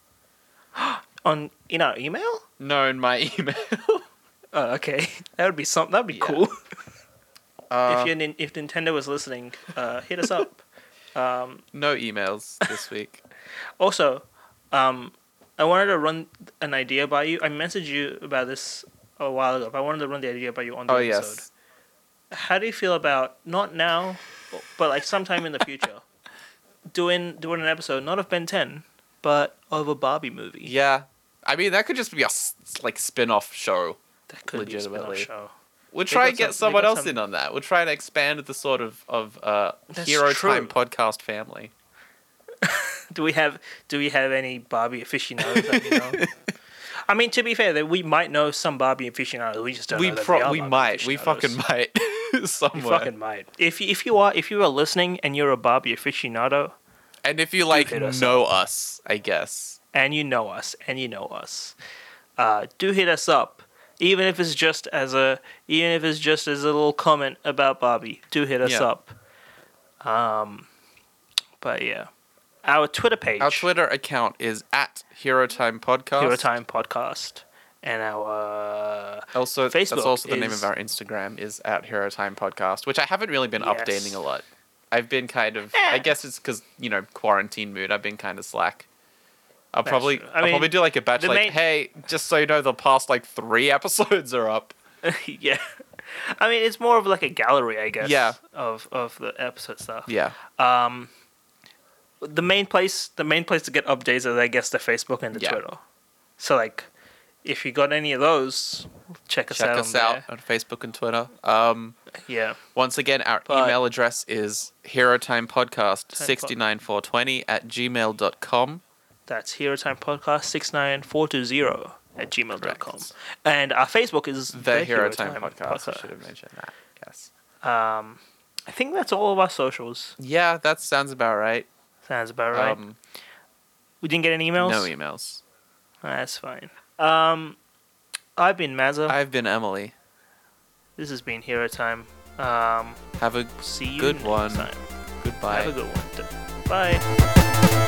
Speaker 1: On in our email?
Speaker 2: No, in my email.
Speaker 1: Oh, okay. That would be something. That'd be
Speaker 2: Yeah.
Speaker 1: cool.
Speaker 2: Uh,
Speaker 1: if you nin- if Nintendo was listening, uh, hit us up. Um,
Speaker 2: No emails this week.
Speaker 1: Also, um, I wanted to run an idea by you. I messaged you about this a while ago, but I wanted to run the idea by you on the
Speaker 2: oh
Speaker 1: episode.
Speaker 2: yes.
Speaker 1: How do you feel about not now, but like sometime in the future, doing doing an episode not of Ben Ten, but of a Barbie movie?
Speaker 2: Yeah. I mean, that could just be a s- like spin-off show.
Speaker 1: that could be a spin-off
Speaker 2: legitimately.
Speaker 1: show.
Speaker 2: We'll
Speaker 1: They
Speaker 2: try
Speaker 1: got
Speaker 2: and get
Speaker 1: some- they
Speaker 2: someone
Speaker 1: got
Speaker 2: else
Speaker 1: some-
Speaker 2: in on that. We'll try and expand the sort of of uh,
Speaker 1: That's
Speaker 2: hero time
Speaker 1: true.
Speaker 2: podcast family.
Speaker 1: Do we have Do we have any Barbie aficionados? That we know? I mean, to be fair, that we might know some Barbie aficionados. We just don't.
Speaker 2: We
Speaker 1: know that
Speaker 2: pro-
Speaker 1: are
Speaker 2: we
Speaker 1: Barbie
Speaker 2: might we fucking
Speaker 1: aficionados.
Speaker 2: might
Speaker 1: You
Speaker 2: somewhere.
Speaker 1: fucking might. If you, if you are if you are listening and you're a Barbie aficionado
Speaker 2: and if you like
Speaker 1: hit us
Speaker 2: know us, I guess.
Speaker 1: and you know us and you know us, uh, do hit us up. Even if it's just as a even if it's just as a little comment about Barbie, do hit us
Speaker 2: Yeah.
Speaker 1: up. Um, but yeah, Our Twitter page,
Speaker 2: Our Twitter account is at Hero Time Podcast.
Speaker 1: Hero Time Podcast, and our uh,
Speaker 2: Also,
Speaker 1: Facebook
Speaker 2: that's also the name
Speaker 1: is-
Speaker 2: of our Instagram is at Hero Time Podcast, which I haven't really been
Speaker 1: Yes.
Speaker 2: updating a lot. I've been kind of,
Speaker 1: Eh.
Speaker 2: I guess it's because you know quarantine mood. I've been kind of slack. I'll
Speaker 1: That's
Speaker 2: probably,
Speaker 1: true.
Speaker 2: I
Speaker 1: I
Speaker 2: will
Speaker 1: mean,
Speaker 2: probably do like a batch,
Speaker 1: the
Speaker 2: like,
Speaker 1: main-
Speaker 2: hey, just so you know, the past like three episodes are up.
Speaker 1: yeah. I mean, it's more of like a gallery, I guess.
Speaker 2: Yeah.
Speaker 1: Of of the episode stuff.
Speaker 2: Yeah,
Speaker 1: Um, the main place, the main place to get updates is, I guess, the Facebook and the
Speaker 2: Yeah.
Speaker 1: Twitter. So like, if you got any of those, check us
Speaker 2: check
Speaker 1: out.
Speaker 2: us
Speaker 1: on
Speaker 2: out on Facebook and Twitter. Um,
Speaker 1: there. Yeah.
Speaker 2: once again, our
Speaker 1: But-
Speaker 2: email address is Hero Time Podcast sixty nine four twenty at gmail.com.
Speaker 1: That's Hero Time Podcast 69420 at gmail.com.
Speaker 2: Correct.
Speaker 1: And our Facebook is
Speaker 2: The, Hero, Time, Podcast. I should have mentioned that. Yes.
Speaker 1: Um, I think that's all of our socials.
Speaker 2: Yeah, that sounds about right.
Speaker 1: Sounds about right.
Speaker 2: Um,
Speaker 1: we didn't get any emails?
Speaker 2: No emails.
Speaker 1: That's fine. Um, I've been Mazza.
Speaker 2: I've been Emily.
Speaker 1: this has been Hero Time. Um,
Speaker 2: Have a
Speaker 1: see you
Speaker 2: Good
Speaker 1: next
Speaker 2: one.
Speaker 1: time.
Speaker 2: goodbye.
Speaker 1: Have a good one. Bye.